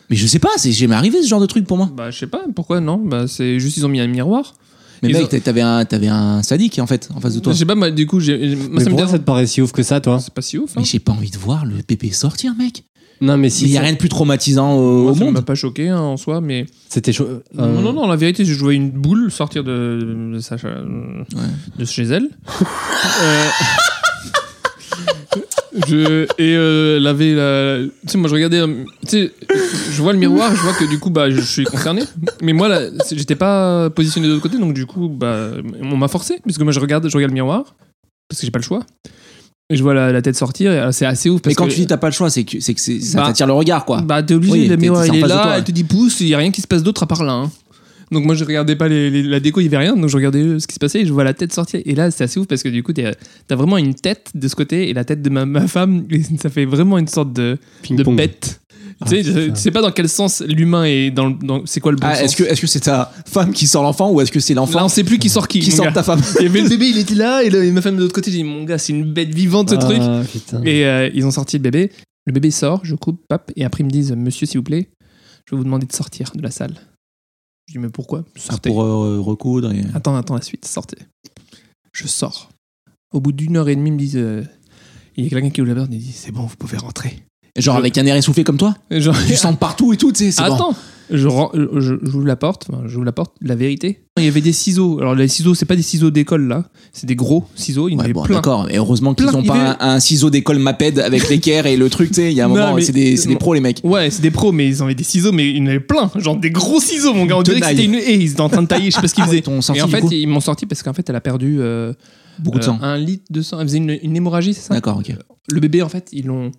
Mais je sais pas, c'est jamais arrivé ce genre de truc pour moi.
bah je sais pas pourquoi non, bah c'est juste ils ont mis un miroir.
Mais
Ils
mec,
ont-
t'a- t'avais un, t'avais un sadique en fait en face de toi.
Je sais pas, moi, du coup, j'ai- moi,
Mais
ça me
pourquoi
dérange.
ça te paraît si ouf que ça, toi
C'est pas si ouf. Hein.
Mais j'ai pas envie de voir le bébé sortir, mec.
Non, mais
Il
si.
y a rien de plus traumatisant au,
Moi,
au
ça m'a
monde.
pas choqué hein, en soi, mais.
C'était chaud. euh,
Non, non, non, la vérité, j'ai joué une boule sortir de, de, sa- de chez elle. Euh, je, et euh, laver la. Tu sais, moi, je regardais. euh, Tu sais, je vois le miroir, je vois que du coup, bah, je suis concerné. Mais moi, là, c'est- j'étais pas positionné de l'autre côté, donc du coup, bah, on m'a forcé, parce que moi, je regarde, je regarde le miroir, parce que j'ai pas le choix. Et je vois la, la tête sortir, et, euh, c'est assez ouf. Parce
Mais quand
que-
tu dis t'as pas le choix, c'est que, c'est que c'est- ça
Bah,
t'attire le regard, quoi.
Bah, t'es obligé,
Oui,
le
t'es-
miroir,
t'es
il est
en face de
là,
toi.
elle te dit pousse, il y a rien qui se passe d'autre à part là. hein. Donc moi, je regardais pas les- les- la déco, il y avait rien, donc je regardais euh, ce qui se passait et je vois la tête sortir. Et là, c'est assez ouf parce que du coup, t'es- euh, t'as vraiment une tête de ce côté et la tête de ma, ma femme, et ça fait vraiment une sorte de, de
ping-pong.
bête. tu
Ah,
sais,
putain.
je- tu sais pas dans quel sens l'humain est dans, le- dans- c'est quoi le bon
Ah,
sens.
est-ce que est-ce que c'est ta femme qui sort l'enfant ou est-ce que c'est l'enfant
Là, on sait plus qui sort qui.
qui
mon
sort
gars.
ta femme
Il y avait le bébé, il était là, et, le- et ma femme de l'autre côté, j'ai dit, mon gars, c'est une bête vivante ce
Ah,
truc.
Mm.
putain.
Et euh, ils ont sorti le bébé. Le bébé sort, je coupe, pape, et après ils me disent Monsieur, s'il vous plaît, je vais vous demander de sortir de la salle. Je dis Mais pourquoi Sortez.
Pour euh, recoudre. et-
Attends, attends la suite, sortez. Je sors. Au bout d'une heure et demie, ils me disent euh, Il y a quelqu'un qui ouvre la porte, il dit C'est bon, vous pouvez rentrer.
Genre
Je-
avec un air essoufflé comme toi
Et genre,
Tu sens partout et tout, tu sais, c'est bon.
Attends Je ren- je- je- J'ouvre la porte, enfin, j'ouvre la porte, la vérité. Il y avait des ciseaux. Alors les ciseaux, c'est pas des ciseaux d'école là, c'est des gros ciseaux, il y en
Ouais,
avait
bon,
plein.
d'accord. Et heureusement qu'ils
Plein.
ont
Il
pas un, un ciseau d'école MAPED avec l'équerre et le truc, tu sais. Il y a un
Non,
moment,
mais-
c'est des, c'est des pros, les mecs.
Ouais, c'est des pros, mais ils avaient des ciseaux, mais ils en avaient plein. Genre des gros ciseaux, mon gars. On
De
dirait que
taille.
c'était une haie. Ils étaient en train de tailler, je sais pas ce qu'ils faisaient.
T'ont Ah sorti,
Et en
du
fait,
coup
ils m'ont sorti parce qu'en fait, elle a perdu euh,
beaucoup de
euh,
sang.
un litre de sang. Elle faisait une, une hémorragie, c'est ça
D'accord, ok.
Le bébé, en fait, ils l'ont.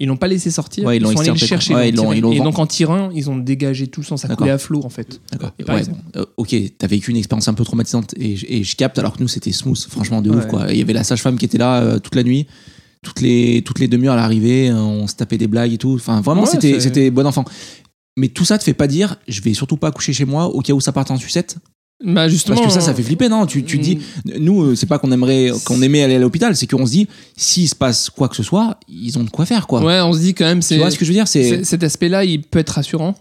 Ils l'ont pas laissé sortir,
Ouais, ils
ils,
l'ont
sont allés le
extirpé, quoi.
chercher.
Ouais, ils l'ont-
tiré.
ils l'ont
et
vend-
donc en tirant, ils ont dégagé tout le sang, ça
D'accord.
coulait à flot en fait.
D'accord.
Et par
Ouais,
exemple.
bon. Euh, ok, t'as vécu une expérience un peu traumatisante et, je- et je capte, alors que nous c'était smooth, franchement de ouf
Ouais.
quoi. Il y avait la sage-femme qui était là euh, toute la nuit, toutes les, toutes les demi-heures à l'arrivée, euh, on se tapait des blagues et tout. Enfin, vraiment,
Ouais,
c'était
c'est-
c'était bon enfant. Mais tout ça te fait pas dire, je vais surtout pas coucher chez moi au cas où ça parte en sucette.
Bah justement.
Parce que ça, ça fait flipper, non Tu, tu dis,
Mm.
nous, euh, c'est pas qu'on aimerait, qu'on aimait aller à l'hôpital, c'est qu'on se dit, s'il se passe quoi que ce soit, ils ont de quoi faire, quoi.
Ouais, on se dit quand même,
tu
c'est.
vois ce que je veux dire
C'est-
C'est
cet aspect-là, il peut être rassurant.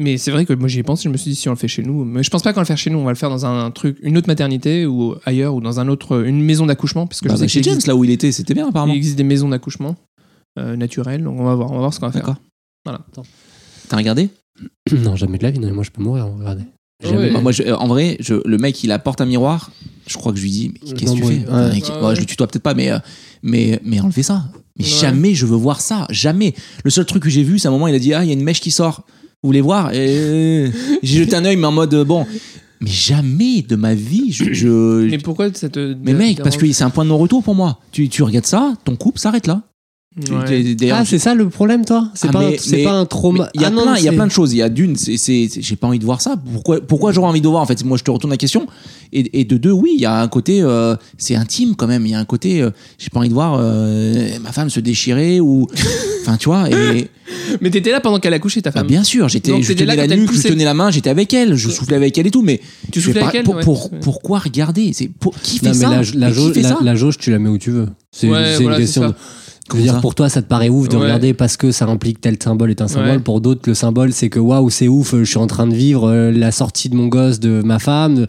Mais c'est vrai que moi j'y ai pensé, je me suis dit si on le fait chez nous, mais je pense pas qu'on le fait chez nous, on va le faire dans un, truc, une autre maternité ou ailleurs ou dans un autre, une maison d'accouchement, parce que
Bah,
je sais
bah,
qu'il
chez James,
existe,
là où il était, c'était bien
il
apparemment.
existe des maisons d'accouchement euh, naturelles, donc on va voir, on va voir ce qu'on va faire.
D'accord. T'as regardé
Non, jamais de la vie. Non, mais moi, je peux mourir. Regardez. Jamais.
Ouais.
Moi, moi, je- euh, en vrai, je- le mec, il apporte un miroir. Je crois que je lui dis, mais qu'est-ce
Non,
que tu
moi,
fais
ouais.
Enfin, mec,
Ouais.
ouais, Je le tutoie peut-être pas, mais, euh, mais, mais enlevez ça. Mais
Ouais.
jamais je veux voir ça. Jamais. Le seul truc que j'ai vu, c'est à un moment, il a dit, ah, il y a une mèche qui sort. Vous voulez voir Et- J'ai jeté un œil, mais en mode, euh, bon. Mais jamais de ma vie, je. je-
Mais pourquoi cette. euh,
Mais mec, parce que c'est un point de non-retour pour moi. Tu, tu regardes ça, ton couple s'arrête là. Tu- tu- d'ailleurs,
Ah, c'est ça le problème, toi C'est
Ah,
pas, un-
mais-
c'est
mais-
pas un
Mais
trauma.
Il y, a
Ah non,
plein, il y a
c'est-
plein de choses. Il y a d'une, c'est, c'est- c'est- j'ai pas envie de voir ça. Pourquoi, pourquoi j'aurais envie de voir En fait, moi, je te retourne la question. Et, et de deux, oui, il y a un côté, euh, c'est intime quand même. Il y a un côté, euh, j'ai pas envie de voir euh, ma femme se déchirer ou, enfin, tu vois. Et
Mais t'étais là pendant qu'elle a couché ta
bah,
femme.
bien sûr, j'étais,
Ah, Donc,
je
t'étais
tenais
là
la
quand elle
nuque, je
poussait.
tenais la main, j'étais avec elle, je soufflais avec elle et tout. Mais
Tu
je
soufflais
vais
avec elle,
pour,
ouais.
pour-
Ouais.
pourquoi regarder C'est pour qui fait
Non, mais
ça
la, la
Mais qui
jauge,
fait
la-
ça
la jauge, tu la mets où tu veux. C'est
Ouais,
c'est
voilà, c'est
une question
ça.
de. Je veux
Comment ça
dire, pour toi, ça te paraît ouf de
Ouais.
regarder parce que ça implique tel symbole est un symbole.
Ouais.
Pour d'autres, le symbole, c'est que waouh, c'est ouf, je suis en train de vivre euh, la sortie de mon gosse, de ma femme.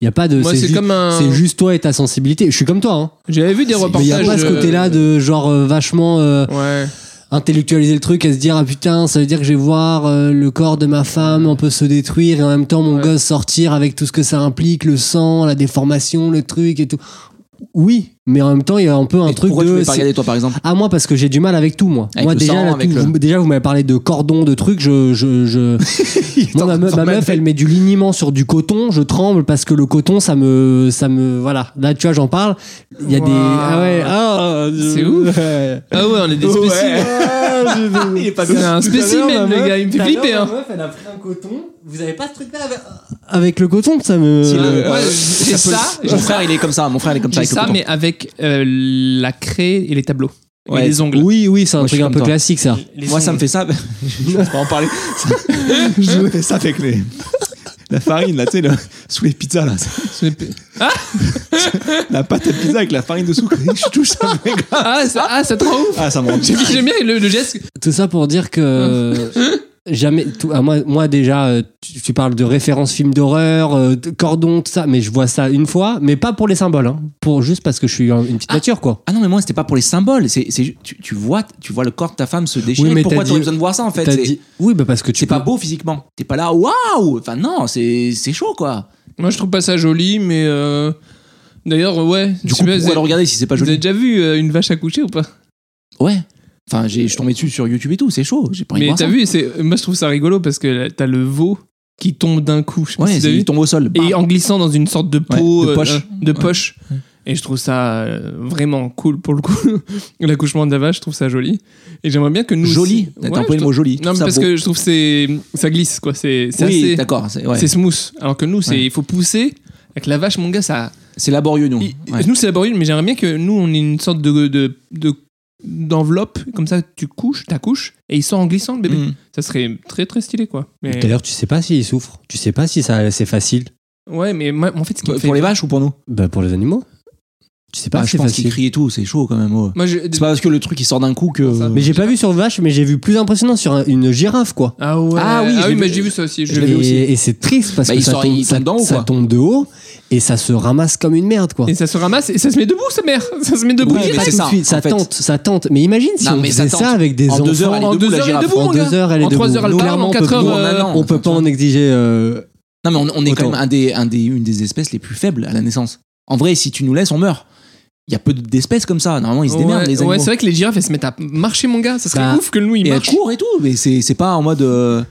Il y a pas
euh,
de.
Moi,
c'est
c'est
ju-
comme un-
C'est juste toi et ta sensibilité. Je suis comme toi, hein.
J'avais vu des
Mais il
reportages.
n'y a pas ce
euh,
côté-là de genre euh, vachement. euh,
Ouais.
intellectualiser le truc, à se dire ah putain, ça veut dire que je vais voir euh, le corps de ma femme, on peut se détruire et en même temps mon
Ouais.
gosse sortir avec tout ce que ça implique, le sang, la déformation, le truc et tout. Oui, mais en même temps il y a un peu un
Mais
truc
pourquoi tu
de
peux pas regarder toi par exemple
ah moi parce que j'ai du mal avec tout moi.
Avec
moi
le
déjà
sang,
là,
avec
tout-
le-
vous, déjà vous m'avez parlé de cordons, de trucs, je je, je... moi ma, me- ma meuf elle met du liniment sur du coton, je tremble parce que le coton ça me ça me voilà. Là tu vois j'en parle, il y a des
Waouh.
ah ouais ah
C'est ouf.
Ouais.
Ah ouais, on est des
Ouais. Ah,
spécimens.
Il est pas
C'est un spécimen, le gars, il me fait flipper. hein.
elle a pris un coton. Vous avez pas ce truc-là avec... euh, le coton Ça me.
Si, le-
ouais,
euh,
j'ai
ça peut-
ça,
Mon
j'ai
frère, il est comme ça. Mon frère, il est comme ça.
J'ai
avec le
ça,
coton.
mais avec euh, la craie et les tableaux.
Ouais.
Et les ongles.
Oui, oui, c'est un
Moi, je
truc
suis
un
comme
peu
toi.
classique ça.
Les
Moi, ça me
ongles.
fait ça. je peux en parler.
Je fais ça avec les. La farine, là, tu sais, le- sous les pizzas, là.
Ah!
La pâte à pizza avec la farine dessous. Je touche ça, mec.
Ah, ça, ah, ça te rend ouf.
Ah, ça me rend
J'ai- J'aime bien le, le geste.
Tout ça pour dire que. Jamais, tout, ah, moi, moi déjà, euh, tu, tu parles de références films d'horreur, euh, de cordon, tout ça, mais je vois ça une fois, mais pas pour les symboles, hein, pour, juste parce que je suis un- une petite nature, quoi.
Ah non, mais moi, c'était pas pour les symboles. C'est, c'est- tu, tu vois, tu vois le corps de ta femme se déchirer.
mais
Pourquoi
t'as
tu as
dit-
besoin de voir ça en fait
T'as
C'est,
dit- oui, bah parce que tu.
c'est pas
peux-
beau physiquement. T'es pas là, waouh Enfin, non, c'est, c'est chaud quoi.
Moi, je trouve pas ça joli, mais euh, d'ailleurs, ouais.
Du
je
coup,
sais pas, vous
pourquoi le
avez-
regarder si c'est pas
Vous avez
joli
déjà vu euh, une vache accouchée ou pas
Ouais. Enfin, j'ai, je suis tombé dessus sur YouTube et tout, c'est chaud. J'ai pas envie de
Mais
voir
t'as
ça.
vu, c'est moi je trouve ça rigolo parce que là, t'as le veau qui tombe d'un coup. Je sais pas
Ouais,
si t'as
c'est-
vu.
il tombe au sol. Bah, bam.
Et en glissant dans une sorte de peau
Ouais, de
euh,
poche.
de poche. Et je trouve ça euh, vraiment cool pour le coup. L'accouchement de la vache, je trouve ça joli. Et j'aimerais bien que nous.
Joli.
Ouais,
T'as employé
je
le
trouve-
mot joli.
Non, mais parce que je trouve que c'est ça glisse quoi. C'est c'est
Oui,
assez-
d'accord. C'est, ouais.
c'est
c'est...
smooth. Alors que nous, c'est
Ouais.
il faut pousser. Avec la vache, mon gars, ça.
laborieux, nous.
il-
Ouais.
Nous, c'est laborieux, mais j'aimerais bien que nous, on ait une sorte de de- de- d'enveloppe comme ça. Tu couches, t'accouches, et il sort en glissant le bébé.
Mm.
Ça serait très très stylé quoi. Mais...
Tout à l'heure, tu sais pas s'il souffre, tu sais pas si ça c'est facile.
Ouais, mais moi, en fait, ce qui me fait.
Pour les vaches ou pour nous
Bah pour les animaux. Tu sais pas
Bah,
si
Je
c'est
pense qu'il
facile.
crie et tout, c'est chaud quand même. ouais.
Moi, je-
C'est pas parce que le truc il sort d'un coup que.
Mais j'ai pas vu sur vache, mais j'ai vu plus impressionnant sur un- une girafe, quoi.
Ah ouais.
Ah oui, je l'ai
mais
vu.
j'ai vu ça aussi. Je
Je
l'ai vu
l'ai
aussi.
aussi.
Et, et c'est triste parce
Bah,
que
il
ça,
sort-
tombe,
il
ça-
tombe d'en haut,
ça
quoi.
tombe de haut et ça se ramasse comme une merde, quoi.
Et ça se ramasse et ça se met debout, sa mère. Ça se met debout.
Oui,
Pas
mais
tout
c'est
de
ça,
suite,
en
ça
fait.
tente, ça tente. Mais imagine si
Non,
on
mais ça
faisait
tente.
ça avec des
En
enfants.
deux heures, elle est
en
debout,
deux
la
heures, elle est
girafe.
debout.
en
mon gars.
deux heures, elle est
En trois
debout.
heures, elle
Nous,
part.
clairement,
En
on
quatre
peut-
heures,
nous, on a-
euh,
non,
on peut pas en exiger. euh,
Non, mais on, on est
Autant.
quand même un des, un des, une des espèces les plus faibles à la naissance. En vrai, si tu nous laisses, on meurt. Il y a peu d'espèces comme ça. Normalement, ils se démerdent,
ouais,
les animaux.
ouais, c'est vrai que les girafes, elles se mettent à marcher, mon gars. Ça serait
Bah,
ouf que nous,
et
ils
elles
marchent.
courent et tout, mais c'est c'est pas en mode. euh,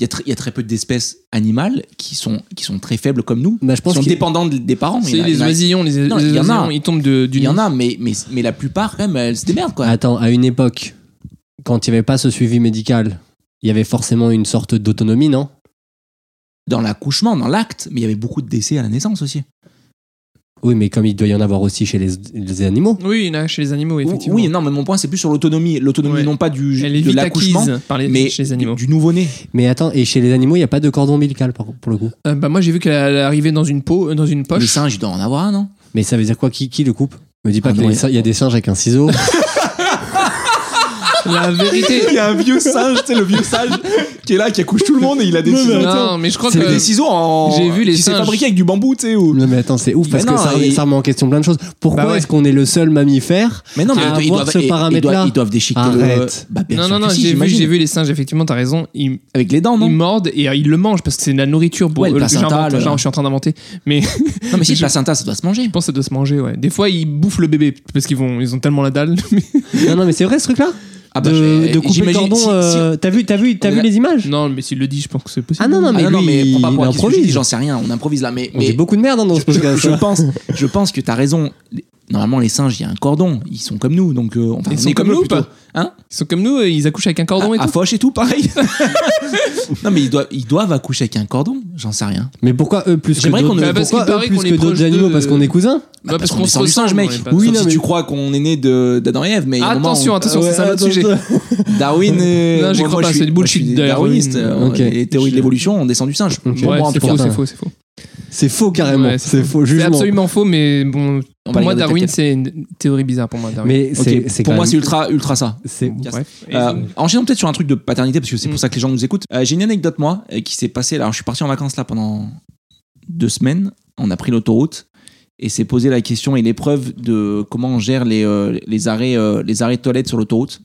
Il y, a très- il y a très peu d'espèces animales qui sont, qui sont très faibles comme nous.
Bah, je
qui
pense
sont
qu'il-
dépendantes des parents. Il
C'est
y en a- il
les
y en a-
oisillons, les,
Non,
les
il y en a.
oisillons, ils tombent de, du Ah,
Il y en a, mais, mais, mais la plupart, quand même, elles se démerdent. Quoi.
Attends, à une époque, quand il n'y avait pas ce suivi médical, il y avait forcément une sorte d'autonomie, non
Dans l'accouchement, dans l'acte, mais il y avait beaucoup de décès à la naissance aussi.
Oui, mais comme il doit y en avoir aussi chez les, les animaux.
Oui, il y en a chez les animaux, effectivement.
Oui, non, mais mon point, c'est plus sur l'autonomie. L'autonomie,
Ouais.
non pas du,
Elle est
de
vite
l'accouchement,
acquise par les,
mais
chez les animaux.
du nouveau-né.
Mais attends, et chez les animaux, il n'y a pas de cordon ombilical par- pour le coup.
Euh, bah, moi, j'ai vu qu'elle elle arrivait dans une peau, euh, dans une
Le
poche.
singe, il doit en avoir un, non
Mais ça veut dire quoi Qui, qui le coupe Me dis pas
Ah
qu'il
non,
y, a des singes avec un ciseau.
La vérité.
Il y a un vieux singe, tu sais, le vieux singe qui est là, qui accouche tout le monde et il a des ciseaux.
non, mais je crois
C'est
que.
des ciseaux en.
j'ai vu les
qui s'est
singes.
fabriqué avec du bambou, tu sais. Ou...
non mais attends, c'est ouf
Mais
parce
non,
que ça,
et-
ça remet en question plein de choses. Pourquoi
Bah ouais.
est-ce qu'on est le seul mammifère
Mais non, mais
Ah,
ils
voir
doivent,
ce
et- ils doivent-
paramètre-là.
ils doivent déchiqueter
Arrête.
le. Bah, bien
Non,
sûr
non,
que
non,
si,
j'ai vu,
j'imagine.
j'ai vu les singes, effectivement, t'as raison. Ils,
Avec les dents, non
ils mordent et euh, ils le mangent parce que c'est de la nourriture pour
Ouais, le
euh,
placenta,
j'invente,
le-
genre, je suis en train d'inventer. Mais
Non, mais si le placenta, ça doit se manger.
Je pense que ça doit se manger, ouais. Des fois, ils bouffent le bébé parce qu'ils vont, ils ont tellement la dalle.
Non, non, mais c'est vrai ce truc-là
Ah bah,
de,
j'ai-
de couper le
j'imagine-
cordon.
si- si-
euh, T'as vu, t'as vu, t'as
On est
vu
là-
les images
non, mais s'il le dit, je pense que c'est possible.
Ah non, non, mais
Ah non,
lui,
mais pour pas
il
pouvoir qu'il se
improvise.
jugent, j'en sais rien, on improvise là. Mais,
On
mais
dit beaucoup de merde hein, dans
je,
ce podcast.
je- je pense, je pense que t'as raison. Les- Normalement, les singes, il y a un cordon. Ils sont comme nous, donc euh, enfin,
Ils
on
sont
est
comme nous ou pas
Hein
Ils sont comme nous, euh, ils accouchent avec un cordon et
à, à
tout.
Foch et tout, pareil. non, mais ils doivent, ils doivent accoucher avec un cordon. J'en sais rien.
Mais pourquoi eux plus que
J'aimerais qu'on
d'autres
ne-
mais
Bah,
parce
pourquoi
qu'il
eux
paraît
plus
qu'on est
que d'autres
proche
animaux
de-
parce qu'on est cousins
Bah,
Bah,
parce qu'on
descend
se
du singe,
ressemble,
mec.
on est pas-
Sauf
Oui, non,
si
mais-
tu crois qu'on est né de d'Adam et Ève, mais il y a un moment
Attention,
où-
attention,
Ah
c'est ça
ouais,
notre sujet.
Darwin. euh,
Non, j'y
moi, moi,
crois pas,
je suis-
c'est du
moi, je suis
bullshit,
darwiniste.
Darwin.
euh,
Ok.
Les théories de l'évolution, on descend du singe.
Ok.
Pour
Ouais,
moi, en
c'est
tout cas.
faux,
putain.
c'est faux, c'est faux.
C'est faux carrément.
Ouais, c'est
c'est faux,
C'est
jugement.
absolument faux, mais
On va
bon,
les
pour moi,
garder,
Darwin,
t'inquiète.
c'est une théorie bizarre pour moi. Darwin.
Mais
Ok,
c'est c'est
pour
quand
moi,
même-
c'est ultra, ultra ça.
c'est
Bref.
Euh, enchaînons peut-être sur un truc de paternité parce que c'est pour ça que les gens nous écoutent. Euh, J'ai une anecdote moi euh, qui s'est passée. Alors je suis parti en vacances là pendant deux semaines. On a pris l'autoroute et s'est posé la question et l'épreuve de comment on gère les, euh, les arrêts euh, les arrêts de toilettes sur l'autoroute.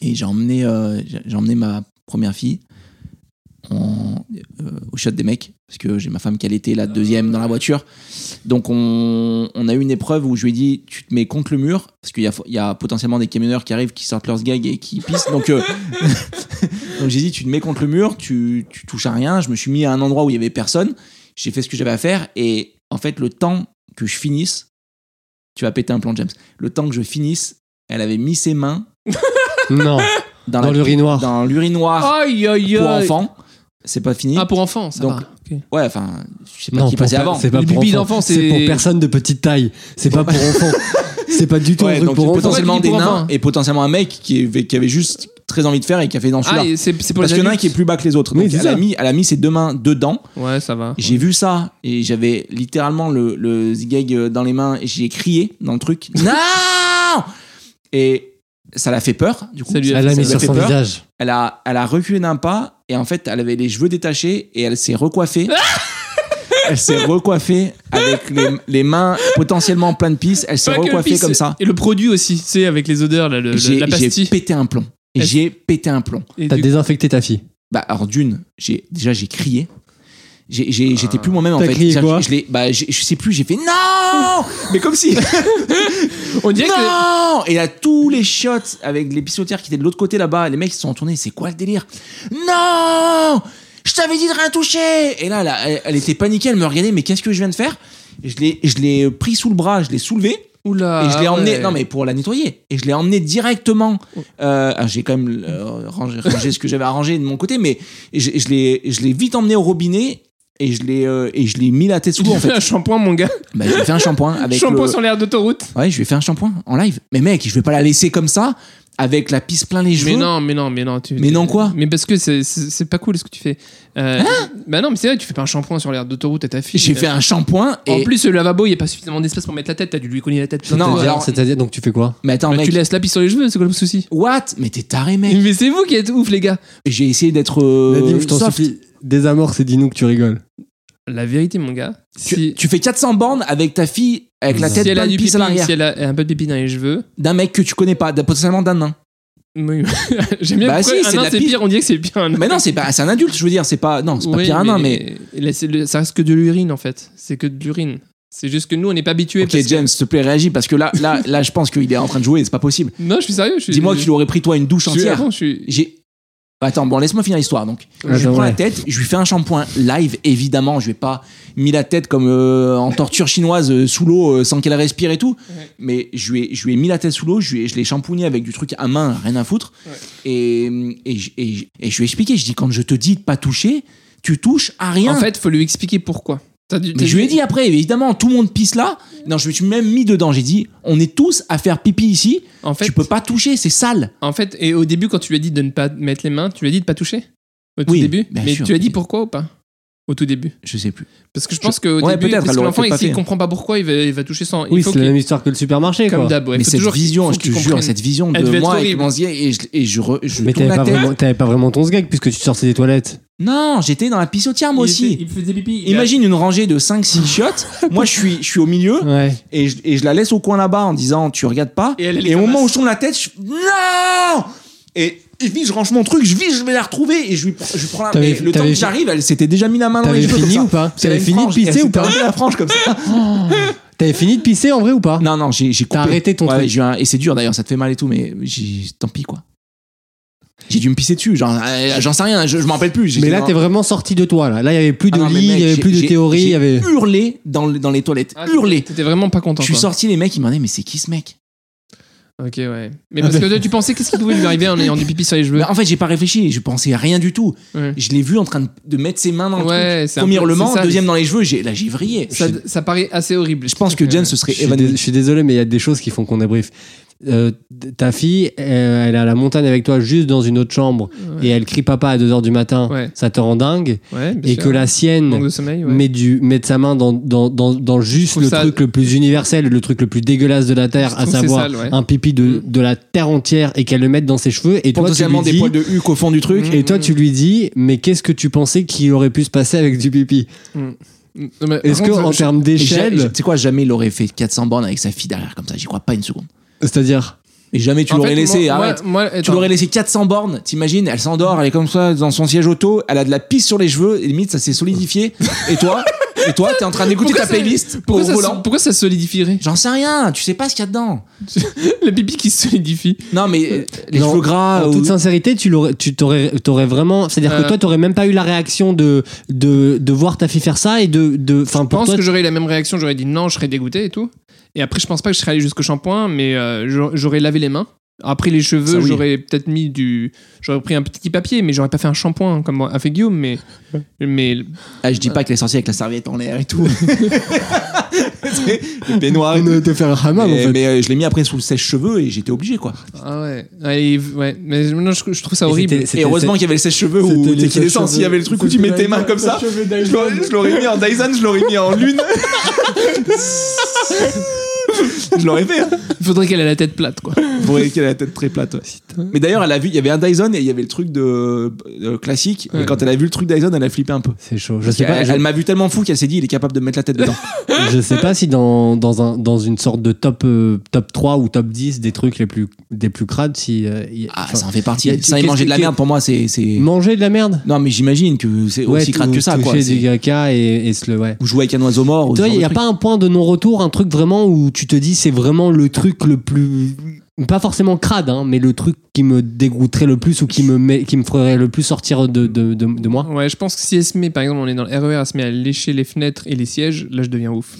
Et j'ai emmené, euh, j'ai- j'ai emmené ma première fille en- euh, au shot des mecs, parce que j'ai ma femme qui allaitait la deuxième dans la voiture. Donc on, on a eu une épreuve où je lui ai dit tu te mets contre le mur, parce qu'il y a, il y a potentiellement des camionneurs qui arrivent, qui sortent leurs gags et qui pissent. Donc, euh, donc j'ai dit tu te mets contre le mur, tu, tu touches à rien. Je me suis mis à un endroit où il y avait personne. J'ai fait ce que j'avais à faire et en fait le temps que je finisse, tu vas péter un plan James. Le temps que je finisse, elle avait mis ses mains
Non,
dans,
dans
la-
l'urinoir.
dans l'urinoir
Ah, Aïe, aïe, aïe.
Ah, pour enfants. C'est pas fini.
Ah, pour enfants, ça
Donc-
va. Ok.
Ouais, enfin, je sais pas
Non,
qui
pour
passait
per-
avant.
C'est pas
Les
pour
pupilles
enfants.
d'enfants,
c'est
c'est-
pour personnes de petite taille. C'est pas pour enfants. C'est pas du tout
Ouais,
un truc
donc
pour enfants.
potentiellement
Pourquoi tu
des
dis pour
nains
enfants
et potentiellement un mec qui avait, qui avait juste très envie de faire et qui a fait dans
Ah,
celui-là.
et c'est c'est pour
Parce
les
qu'il y en a un
adultes.
qui est plus bas que les autres.
Oui,
Donc
c'est
elle a,
ça.
mis, elle a mis ses deux mains dedans.
Ouais, ça va.
J'ai vu ça et j'avais littéralement le, le zigzag euh, dans les mains et j'ai crié dans le truc. Non Et ça l'a fait peur. Du coup,
Ça lui a
Elle l'a
fait-
mis
ça
sur
fait
son
peur.
visage.
elle a, elle a reculé d'un pas et en fait elle avait les cheveux détachés et elle s'est recoiffée.
Ah
elle s'est recoiffée avec les, les mains potentiellement pleines de pisse. Elle s'est
Pas que le
recoiffée
pisse,
comme ça.
Et le produit aussi, tu sais, avec les odeurs, là, le- le-
J'ai
la
j'ai
pastille.
pété un plomb.
Est-ce-
J'ai pété un plomb.
Et
T'as
du-
désinfecté ta fille.
Bah alors d'une, j'ai déjà j'ai crié. J'ai-
Ah.
j'ai- J'étais plus moi-même en
T'as
fait.
crié
C'est-à-dire
quoi
que je, je l'ai- bah, j'ai- je sais plus, j'ai fait non Mais comme si
On dirait que.
Non Et là, tous les shots avec les pissotières qui étaient de l'autre côté là-bas, les mecs ils se sont tournés, c'est quoi le délire Non Je t'avais dit de rien toucher Et là, là, elle, elle était paniquée, elle me regardait, mais qu'est-ce que je viens de faire Et je l'ai- Je l'ai pris sous le bras, je l'ai soulevé.
Oula.
Et je l'ai
Ah ouais.
emmené, non mais pour la nettoyer. Et je l'ai emmené directement. euh, ah, j'ai quand même euh, rangé, rangé ce que j'avais arrangé de mon côté, mais je, je l'ai, je l'ai vite emmené au robinet et je l'ai, euh, et je l'ai mis la tête sous
Tu
l'eau en
fais
fait.
un shampoing, mon gars.
Bah, je lui ai fait un shampoing avec
Shampoing
le-
sur l'air d'autoroute.
Ouais, je lui ai fait un shampoing en live. Mais mec, je vais pas la laisser comme ça avec la pisse plein les cheveux.
Mais non, mais non, mais non. tu-
Mais non, quoi Hein
Mais parce que c'est- c'est c'est pas cool ce que tu fais. Euh, bah non, mais c'est vrai, tu fais pas un shampoing sur l'air d'autoroute à ta fille.
J'ai fait un shampoing et
En plus, le lavabo, il n'y a pas suffisamment d'espace pour mettre la tête, t'as dû lui cogner la tête.
Non,
C'est-à-dire-
alors-
C'est-à-dire, donc tu fais quoi
mais attends
Bah,
mec,
tu Mm. laisses la pisse sur les cheveux, c'est quoi le souci
what Mais t'es taré mec.
Mais c'est vous qui êtes ouf, les gars.
J'ai essayé d'être euh,
Nadim, je t'en
soft.
supplie, désamorce et dis-nous que tu rigoles.
La vérité, mon gars.
Tu,
Si,
tu fais 400 bornes avec ta fille avec la
Si
tête
si elle a
pleine de
du
pisse
pipi,
à l'arrière
si elle a un peu de pipi dans les cheveux.
d'un mec que tu connais pas, d'un- potentiellement d'un nain.
Oui. J'aime bien
Bah
pourquoi
si,
un
c'est
nain,
la
c'est
pisse.
pire, on dirait que c'est pire un nain.
Mais non, c'est pas, c'est un adulte, je veux dire, c'est pas, non, c'est pas
Oui,
pire un nain, mais.
là, c'est le- ça reste que de l'urine en fait. C'est que de l'urine. C'est juste que nous on n'est pas habitués.
Ok,
parce que-
James, s'il te plaît, réagis parce que là, là, là, je pense qu'il est en train de jouer, c'est pas possible.
Non, je suis sérieux. je suis-
Dis-moi qu'il aurait pris toi une douche
je suis,
entière.
avant, je suis-
J'ai. Attends, bon, laisse-moi finir l'histoire donc. je lui
Ah, Attends,
prends la
ouais.
tête, je lui fais un shampoing live, évidemment. Je lui ai pas mis la tête comme euh, en torture chinoise euh, sous l'eau euh, sans qu'elle respire et tout. Mais je lui, ai, je lui ai mis la tête sous l'eau, je, lui ai- je l'ai shampooigné avec du truc à main, rien à foutre. Et, et, je- et je- et je lui ai expliqué, je dis, quand je te dis de pas toucher, tu touches à rien.
En fait, faut lui expliquer pourquoi. T'as dû-
Mais
t'as
je lui ai
dû-
dit après, évidemment, tout le monde pisse là. Non, je me suis même mis dedans. J'ai dit, on est tous à faire pipi ici.
En fait,
tu peux pas toucher, c'est sale.
en fait, et au début quand tu lui as dit de ne pas mettre les mains, tu lui as dit de pas toucher. Au tout
Oui,
début.
bien
Mais
sûr.
tu lui as dit pourquoi ou pas Au tout début.
Je sais plus.
Parce que je pense qu'au
Ouais,
début,
peut-être,
parce
elle
que
aurait
l'enfant,
peut-être
il-
pas
s'il
fait.
comprend pas pourquoi, il va, il va toucher sans.
Oui,
il faut
c'est la
qu'il-
même histoire que le supermarché,
Comme
quoi.
d'hab. ouais,
mais
faut
cette
toujours qu'il-
vision,
faut
je te
qu'il
jure,
comprenne.
cette vision
Elle
de
devait être
moi avec
horrible.
mon zier et je, et je, re- je
Mais
tourne
t'avais
la
pas,
tête.
vraiment, t'avais pas vraiment ton sgag puisque tu sortais des toilettes.
Non, j'étais dans la pissotière moi
Il
aussi.
était- Il faisait pipi. il a-
Imagine une rangée de 5-6 shots. moi, je suis, je suis au milieu
Ouais.
et je, et je la laisse au coin là-bas en disant tu regardes pas.
Et elle, elle
au
ramasse.
moment où je tourne la tête, je. Non Et. Et vite, je range mon truc, je vis, je vais la retrouver et je lui, je lui prends la.
T'avais-
et le temps
t'avais-
que j'arrive, elle s'était déjà mis la main dans les
T'avais
cheveux.
fini
comme
ou
ça.
pas
Elle
T'avais
avait
fini
une
de
frange,
pisser
elle
ou pas
s'est tapée la frange comme ça.
T'avais fini de pisser en vrai ou pas
Non, non, j'ai j'ai coupé.
T'as arrêté ton
Ouais,
truc.
j'ai eu un- Et c'est dur d'ailleurs, ça te fait mal et tout, mais j'ai- tant pis quoi. J'ai dû me pisser dessus, genre, euh, j'en sais rien, je, je m'en rappelle plus.
Mais
J'étais
là,
dans-
t'es vraiment sorti de toi. Là, Là, il y avait plus de
Ah non, mais
lit, il
mec,
y avait
j'ai-
plus de
j'ai-
théorie, il
j'ai
y avait.
hurlé dans, le- dans les toilettes,
Ah,
hurlé.
T'étais vraiment pas content.
Je suis
quoi.
sorti, les mecs, ils m'ont dit, mais c'est qui ce mec
Ok, ouais. Mais parce que toi, tu pensais qu'est-ce qui pouvait lui arriver en ayant du pipi sur les cheveux
Mais Bah, En fait, j'ai pas réfléchi, je pensais à rien du tout.
Ouais.
Je l'ai vu en train de, de mettre ses mains dans le
Ouais,
truc.
c'est un
Premier
peu-
le
c'est ça,
deuxième dans les cheveux, j'ai- là j'ai vrillé.
Ça,
je,
ça paraît assez horrible.
je pense que Jen se
Je
serait
suis, dés-
évanoui.
je suis désolé, mais il y a des choses qui font qu'on débrief. Euh, ta fille, euh, elle est à la montagne avec toi, juste dans une autre chambre,
Ouais.
et elle crie papa à 2h du matin,
Ouais.
ça te rend dingue,
Ouais, bien
et
sûr.
que la sienne
manque de sommeil. Ouais.
met, du, met de sa main dans, dans, dans, dans juste
trouve
le
ça-
truc le plus universel, le truc le plus dégueulasse de la Terre,
Je
à
trouve c'est
savoir
sale, ouais. Mm.
un pipi de, de la Terre entière, et qu'elle le mette dans ses cheveux, et toi tu lui
Potentiellement des
dis...
poils de huc au fond du truc.
Mm.
Et toi, tu lui dis, mais qu'est-ce que tu pensais qu'il aurait pu se passer avec du pipi
Non, mais par
Est-ce que,
contre,
en
je-
termes
Et j'ai-
d'échelle,
Tu sais quoi, jamais il aurait fait 400 bornes avec sa fille derrière comme ça, j'y crois pas une seconde.
c'est-à-dire,
Mais jamais tu
En
l'aurais
fait,
laissé,
moi- moi-
arrête.
moi,
tu
attends.
l'aurais laissé 400 bornes, t'imagines, elle s'endort, elle est comme ça dans son siège auto, elle a de la pisse sur les cheveux, et limite ça s'est solidifié. Et toi, et toi, t'es en train d'écouter
Pourquoi
ta
ça-
playlist pour
Pourquoi ça,
volant.
se- pourquoi ça se solidifierait
J'en sais rien, tu sais pas ce qu'il y a dedans.
Le pipi qui se solidifie.
Non mais euh, les
Non,
cheveux gras
En
ou-
toute sincérité, tu l'aurais, tu t'aurais, t'aurais vraiment. C'est-à-dire
Euh.
que toi, t'aurais même pas eu la réaction de de, de voir ta fille faire ça et de de. Enfin,
Je
pour
pense
toi,
que j'aurais eu la même réaction, j'aurais dit non, je serais dégoûté et tout. Et après, je pense pas que je serais allé jusqu'au shampoing, mais euh, j'aurais- j'aurais lavé les mains. Après les cheveux,
Ça, oui.
j'aurais peut-être mis du. J'aurais pris un petit papier, mais j'aurais pas fait un shampoing hein, comme a fait Guillaume, mais. mais
Ah, je dis pas qu'elle est sortie avec la serviette en l'air et tout.
Le peignoir.
on aurait été faire un hammam, en
mais
fait.
mais, euh, je l'ai mis après sous le sèche-cheveux et j'étais obligé quoi.
ah ouais. Ouais, et- ouais. Mais non, je, je trouve ça
Et
horrible.
c'était-
Et heureusement qu'il y avait le sèche-cheveux où
C'était
dès
les
qu'il descend,
sèche-cheveux.
s'il y avait le truc où tu mets tes mains comme ça,
Je l'aurais- je l'aurais mis en Dyson, je l'aurais mis en lune. je l'aurais fait. hein.
Faudrait qu'elle ait la tête plate, quoi.
Pour qu'elle ait la tête très plate. ouais.
Mais d'ailleurs, elle a vu, il y avait un Dyson et il y avait le truc de, de classique.
Ouais.
Et quand elle a vu le truc Dyson, elle a flippé un peu.
C'est chaud. Je sais
Elle,
pas.
elle
Je,
m'a vu tellement fou qu'elle s'est dit, il est capable de me mettre la tête dedans.
je sais pas si dans dans un dans une sorte de top euh, top 3 ou top 10 des trucs les plus des plus crades si. euh, y-
ah,
enfin,
ça en fait partie.
y a-
Ça et
qu'est-ce
manger de la
que-
merde pour moi, c'est. c'est-
Manger de la merde.
Non, mais j'imagine que c'est
Ouais,
aussi crade
tou-
que ça, quoi.
Toucher
C'est-
du caca et, et se le ouais.
Ou jouer avec un oiseau mort. ou ce
Toi,
genre
il
de
n'y a
truc.
pas un point de non-retour, un truc vraiment où tu te dis c'est vraiment le truc le plus. Pas forcément crade, hein, mais le truc qui me dégoûterait le plus ou qui me, met, qui me ferait le plus sortir de, de, de, de moi.
Ouais, je pense que si elle se met, par exemple, on est dans le RER, elle se met à lécher les fenêtres et les sièges, là, je deviens ouf.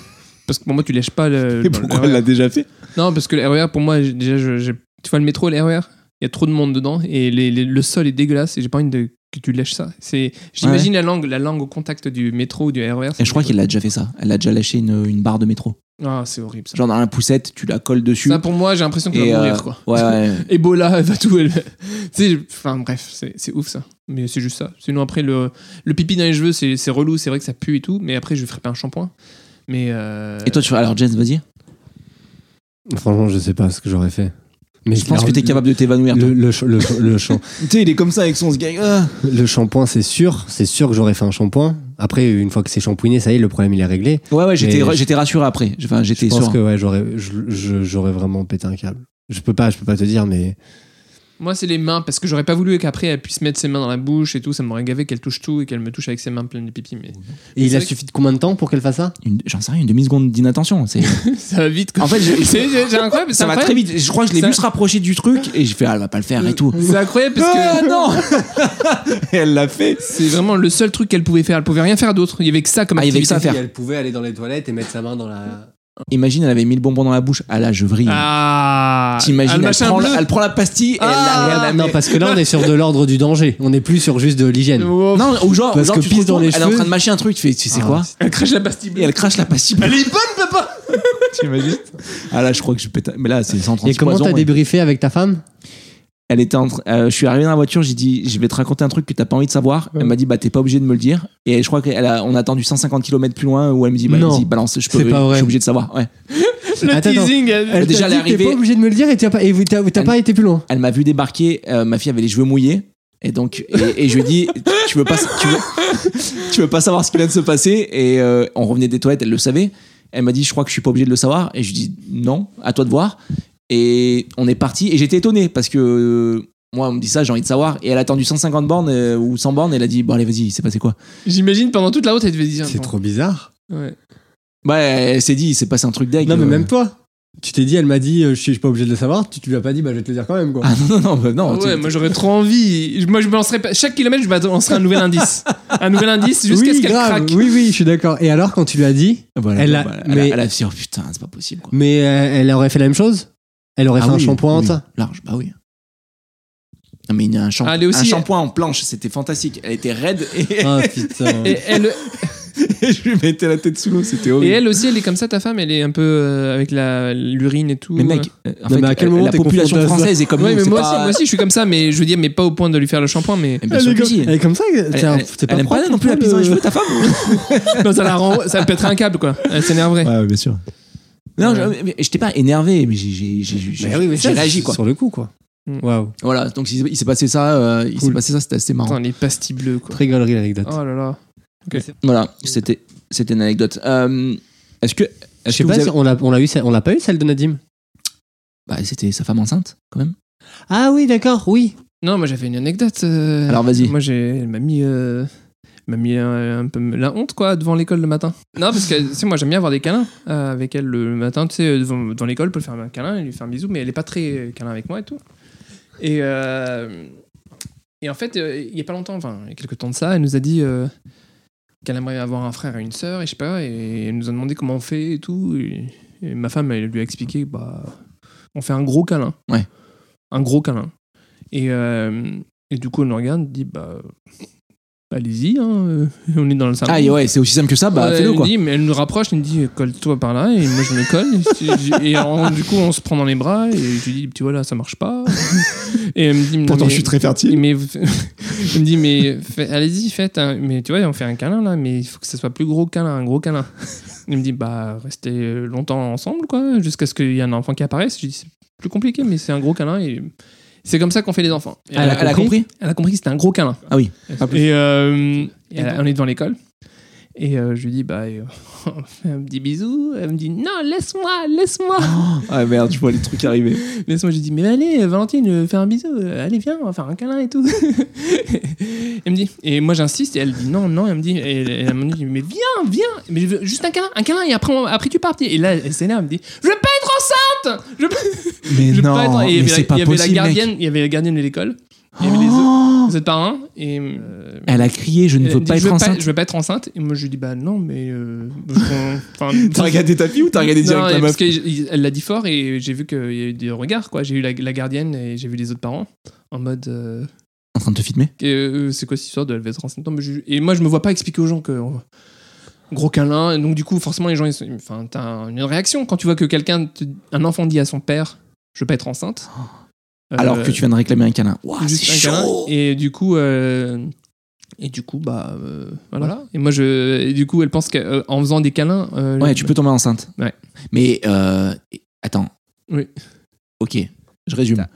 Parce que pour moi, tu lèches pas le.
Et
dans le E
pourquoi
RER.
elle l'a déjà fait
Non, parce que le RER, pour moi, j'ai- déjà, je- j'ai- tu vois le métro, le RER, il y a trop de monde dedans et les- les- le sol est dégueulasse et j'ai pas envie de, que tu lèches ça. C'est, j'imagine la langue, la langue au contact du métro ou du E RER.
Et je crois qu'elle a déjà fait ça. Elle a déjà lâché une, une barre de métro.
Ah, c'est horrible ça.
Genre dans la poussette, tu la colles dessus.
Ça, pour moi, j'ai l'impression qu'elle
et
va
euh,
mourir quoi.
Ouais, ouais.
Ebola, elle va tout. Elle... tu sais, enfin bref, c'est c'est ouf ça. Mais c'est juste ça. Sinon après le, le pipi dans les cheveux, c'est c'est relou, c'est vrai que ça pue et tout. Mais après, je lui ferai pas un shampoing. Mais euh,
Et toi, tu alors Jens, vas-y.
Franchement, je sais pas ce que j'aurais fait. Mais
Je pense que t'es capable de t'évanouir. toi.
Le, le, ch- le, ch- le, ch-
Tu sais, il est comme ça avec son ce gars. Ah.
le shampoing, c'est sûr. C'est sûr que j'aurais fait un shampoing. Après, une fois que c'est shampooiné, ça y est, le problème il est réglé.
Ouais, ouais, j'étais
Mais
ra-
je-
j'étais rassuré après. Enfin,
Je
j'étais
pense
sûr.
que ouais, j'aurais je- je- j'aurais vraiment pété un câble. Je peux pas, je peux pas te dire, mais.
moi, c'est les mains parce que j'aurais pas voulu qu'après elle puisse mettre ses mains dans la bouche et tout. Ça m'aurait gavé qu'elle touche tout et qu'elle me touche avec ses mains pleines de pipi. Mais
Et il
C'est
a
vrai que-
suffi de combien de temps pour qu'elle fasse ça
Une- J'en sais rien, une demi-seconde d'inattention. c'est-
Ça va vite.
En fait, je-
c'est c'est- c'est incroyable.
ça va très vite. Je crois que je l'ai
Ça-
vu se rapprocher du truc et j'ai fait, ah, elle va pas le faire et tout.
C'est incroyable parce que
Ah, non
Et elle l'a fait.
c'est vraiment le seul truc qu'elle pouvait faire. Elle pouvait rien faire d'autre. Il y avait que ça comme
Ah, il y avait que
activité.
ça à faire.
Elle pouvait aller dans les toilettes et mettre sa main dans la.
Imagine, elle avait mis le bonbon dans la bouche. Ah là, je vrille.
Ah,
T'imagines,
Ah, le
elle,
machin
prend
bleu.
la- elle prend la pastille et elle la-
Ah,
elle la
non, parce que là, on est sur de l'ordre du danger. On n'est plus sur juste de l'hygiène.
Oh,
Non, ou genre,
Parce
genre,
que
tu te
pisse dans
retournes,
les
elle est en
cheveux.
train de mâcher un truc, tu fais, tu sais
Ah,
quoi
Elle crache la pastille
Et
bleue.
elle crache la pastille.
Elle est bonne, papa.
T'imagines
Ah là, je crois que je pète. un- Mais là, c'est 130
Et comment
poisons,
t'as
ouais.
débriefé avec ta femme
Elle était en train- euh, je suis arrivé dans la voiture, j'ai dit, je vais te raconter un truc que t'as pas envie de savoir. Elle m'a dit, bah t'es pas obligé de me le dire. Et je crois qu'on a, on a attendu 150 km plus loin où elle me dit, bah
Non.
vas-y, balance, je peux,
C'est pas
je
vrai.
suis obligé de savoir. Ouais.
Le
Attends, attends.
teasing. elle-
Elle- déjà,
t'a dit,
est
T'es
arrivée-
pas obligé de me le dire et t'as pas, et vous- t'as- t'as
Elle-
pas été plus loin.
Elle m'a vu débarquer, euh, ma fille avait les cheveux mouillés. Et donc, et, et je lui ai dit, tu veux pas, tu veux, tu veux pas savoir ce qui vient de se passer. Et euh, on revenait des toilettes, elle le savait. Elle m'a dit, je crois que je suis pas obligé de le savoir. Et je lui ai dit, non, à toi de voir. Et on est parti. Et j'étais étonné parce que euh, moi, on me dit ça, j'ai envie de savoir. Et elle a attendu 150 bornes euh, ou 100 bornes. Elle a dit, bon, allez, vas-y, c'est passé quoi
J'imagine pendant toute la route, elle devait
Ah,
dire. bon,
bizarre.
ouais.
Bah, elle s'est dit, c'est passé un truc dingue.
Non, mais
Euh,
même toi. Tu t'es dit, elle m'a dit, euh, je suis je suis pas obligé de le savoir. Tu tu lui as pas dit, bah je vais te le dire quand même, quoi.
Ah non, non, non, bah, non.
Ah
tu-
ouais, moi j'aurais trop envie. Moi je me lancerais pas. Chaque kilomètre, je me lancerais un nouvel indice. Un nouvel indice jusqu'à
oui,
ce qu'elle
grave.
craque.
Oui, oui, je suis d'accord. Et alors, quand tu lui as dit,
Voilà,
elle
bon,
a-
bah, elle, a,
mais-
elle a fait, oh, putain, c'est pas possible quoi.
mais euh, elle aurait fait la même chose Elle aurait
Ah
fait un
oui,
shampoing
oui,
ça
Large, bah oui. Non mais il y a un shampoing,
Ah, elle est aussi-
un shampoing en planche, c'était fantastique. Elle était raide et,
Ah putain.
Et elle,
Et je lui mettais la tête sous l'eau, c'était
et
horrible.
elle aussi, elle est comme ça, ta femme, elle est un peu euh, avec la l'urine et tout.
Mais mec, euh, en
Non,
fait,
mais à quel moment
la
t'es
population
confronté à ça
française est comme
Ouais,
nous,
mais
c'est
moi,
pas- Eh
aussi, moi aussi, je suis comme ça, mais je veux dire, mais pas au point de lui faire le shampoing, mais
Mais bien sûr que si.
Elle est comme ça
Elle-
c'est un-
elle-
c'est pas
elle aime pas
propre,
non plus la euh. pisse dans les cheveux ta femme
Non, ça la rend, ça pèterait un câble, quoi. Elle s'énerverait.
Ouais, bien sûr.
Non,
Ouais.
je- mais je t'ai pas énervé, mais j'ai- j'ai j'ai- j'ai-
Mais Bah oui, mais
j'ai
ça,
réagi
c'est
quoi.
Sur le coup, quoi.
Mm.
Waouh.
Voilà, donc il s'est- il s'est passé ça, euh, il s'est
Cool.
passé ça, c'était assez marrant.
Attends, les pastilles bleues, quoi.
Très galerie l'anecdote.
Oh là là.
Voilà, c'était c'était une anecdote. Euh, Est-ce que
Je
est-ce
sais
que
pas,
vous
si
avez-
on l'a on l'a eu, celle- on l'a pas eu celle de Nadim
Bah, c'était sa femme enceinte, quand même.
Ah oui, d'accord, oui.
Non, moi j'avais une anecdote. euh,
Alors, vas-y.
Moi j'ai, elle m'a mis, euh, m'a mis un, un peu la honte quoi devant l'école le matin. Non, parce que tu sais, moi j'aime bien avoir des câlins euh, avec elle le, le matin, tu sais, devant, devant l'école pour lui faire un câlin et lui faire un bisou, mais elle est pas très euh, câlin avec moi et tout. Et, euh, et en fait, euh, il y a pas longtemps, enfin, il y a quelques temps de ça, elle nous a dit euh, qu'elle aimerait avoir un frère et une sœur et je sais pas, et elle nous a demandé comment on fait et tout. Et, et ma femme, elle lui a expliqué, bah, on fait un gros câlin.
Ouais.
Un gros câlin. Et, euh, et du coup, on le regarde, on dit, bah, allez-y, hein, euh, on est dans le salon.
Ah, et ouais, c'est aussi simple que ça, bah,
Ouais,
fais-le
elle
quoi.
dit, mais elle nous rapproche, elle me dit colle-toi par là, et moi je me colle. et, et alors, du coup, on se prend dans les bras, et je lui dis, tu vois là, ça marche pas. Et elle me dit,
Pourtant,
mais-
je suis très fertile.
mais vous- elle me dit, mais fait- allez-y, faites. un- Mais tu vois, on fait un câlin là, mais il faut que ce soit plus gros câlin, un gros câlin. Il me dit, bah, restez euh, longtemps ensemble, quoi, jusqu'à ce qu'il y ait un enfant qui apparaisse. Je lui dis, c'est plus compliqué, mais c'est un gros câlin. Et c'est comme ça qu'on fait les enfants. Et
Elle, a- elle a compris
Elle a compris que c'était un gros câlin.
Ah oui.
Et, euh, et elle- on est devant l'école. Et euh, je lui dis, bah, euh, on fait un petit bisou. Elle me dit, non, laisse-moi, laisse-moi.
Ah merde, je vois les trucs arriver.
Laisse-moi, j'ai dit, mais allez, Valentine, euh, fais un bisou, euh, allez, viens, on va faire un câlin et tout. elle me dit, et moi j'insiste, et elle dit, non, non, elle me dit, et elle, elle me dit, mais viens, viens, mais je veux juste un câlin, un câlin, et après, on- après tu pars. Et là, elle s'énerve, elle me dit, je veux pas être enceinte Je veux pas-
Mais
je veux pas
non,
être- Et il
mais
y avait la-
c'est
il
pas
y avait la
possible. mec.
gardienne- Il y avait la gardienne de l'école, il y avait les autres,
Oh
les autres parrains, et. euh,
Elle a crié, je ne
elle
veux
dit,
pas
je
être
Pas,
enceinte.
je veux pas être enceinte. Et moi, je lui dis, bah non, mais. euh, je- enfin,
T'as regardé ta fille ou t'as regardé direct
non,
la
parce
meuf
qu'elle l'a dit fort et j'ai vu qu'il y a eu des regards, quoi. J'ai eu la, la gardienne et j'ai vu les autres parents en mode euh,
En train de te filmer.
et, euh, c'est quoi cette histoire de lever 35 ans mais je- Et moi, je me vois pas expliquer aux gens que. Gros câlin, Et donc du coup, forcément, les gens, ils sont- enfin, t'as une réaction quand tu vois que quelqu'un, te- un enfant dit à son père, je veux pas être enceinte.
Alors
Euh,
que tu viens de réclamer un câlin. Ouah, Ah, c'est
juste un câlin.
chaud.
Et du coup, euh, et du coup, bah euh, voilà. Et moi, je, et du coup, elle pense qu'en faisant des câlins, euh,
Ouais, tu peux tomber enceinte.
Ouais.
Mais euh, attends.
Oui.
Ok, je résume.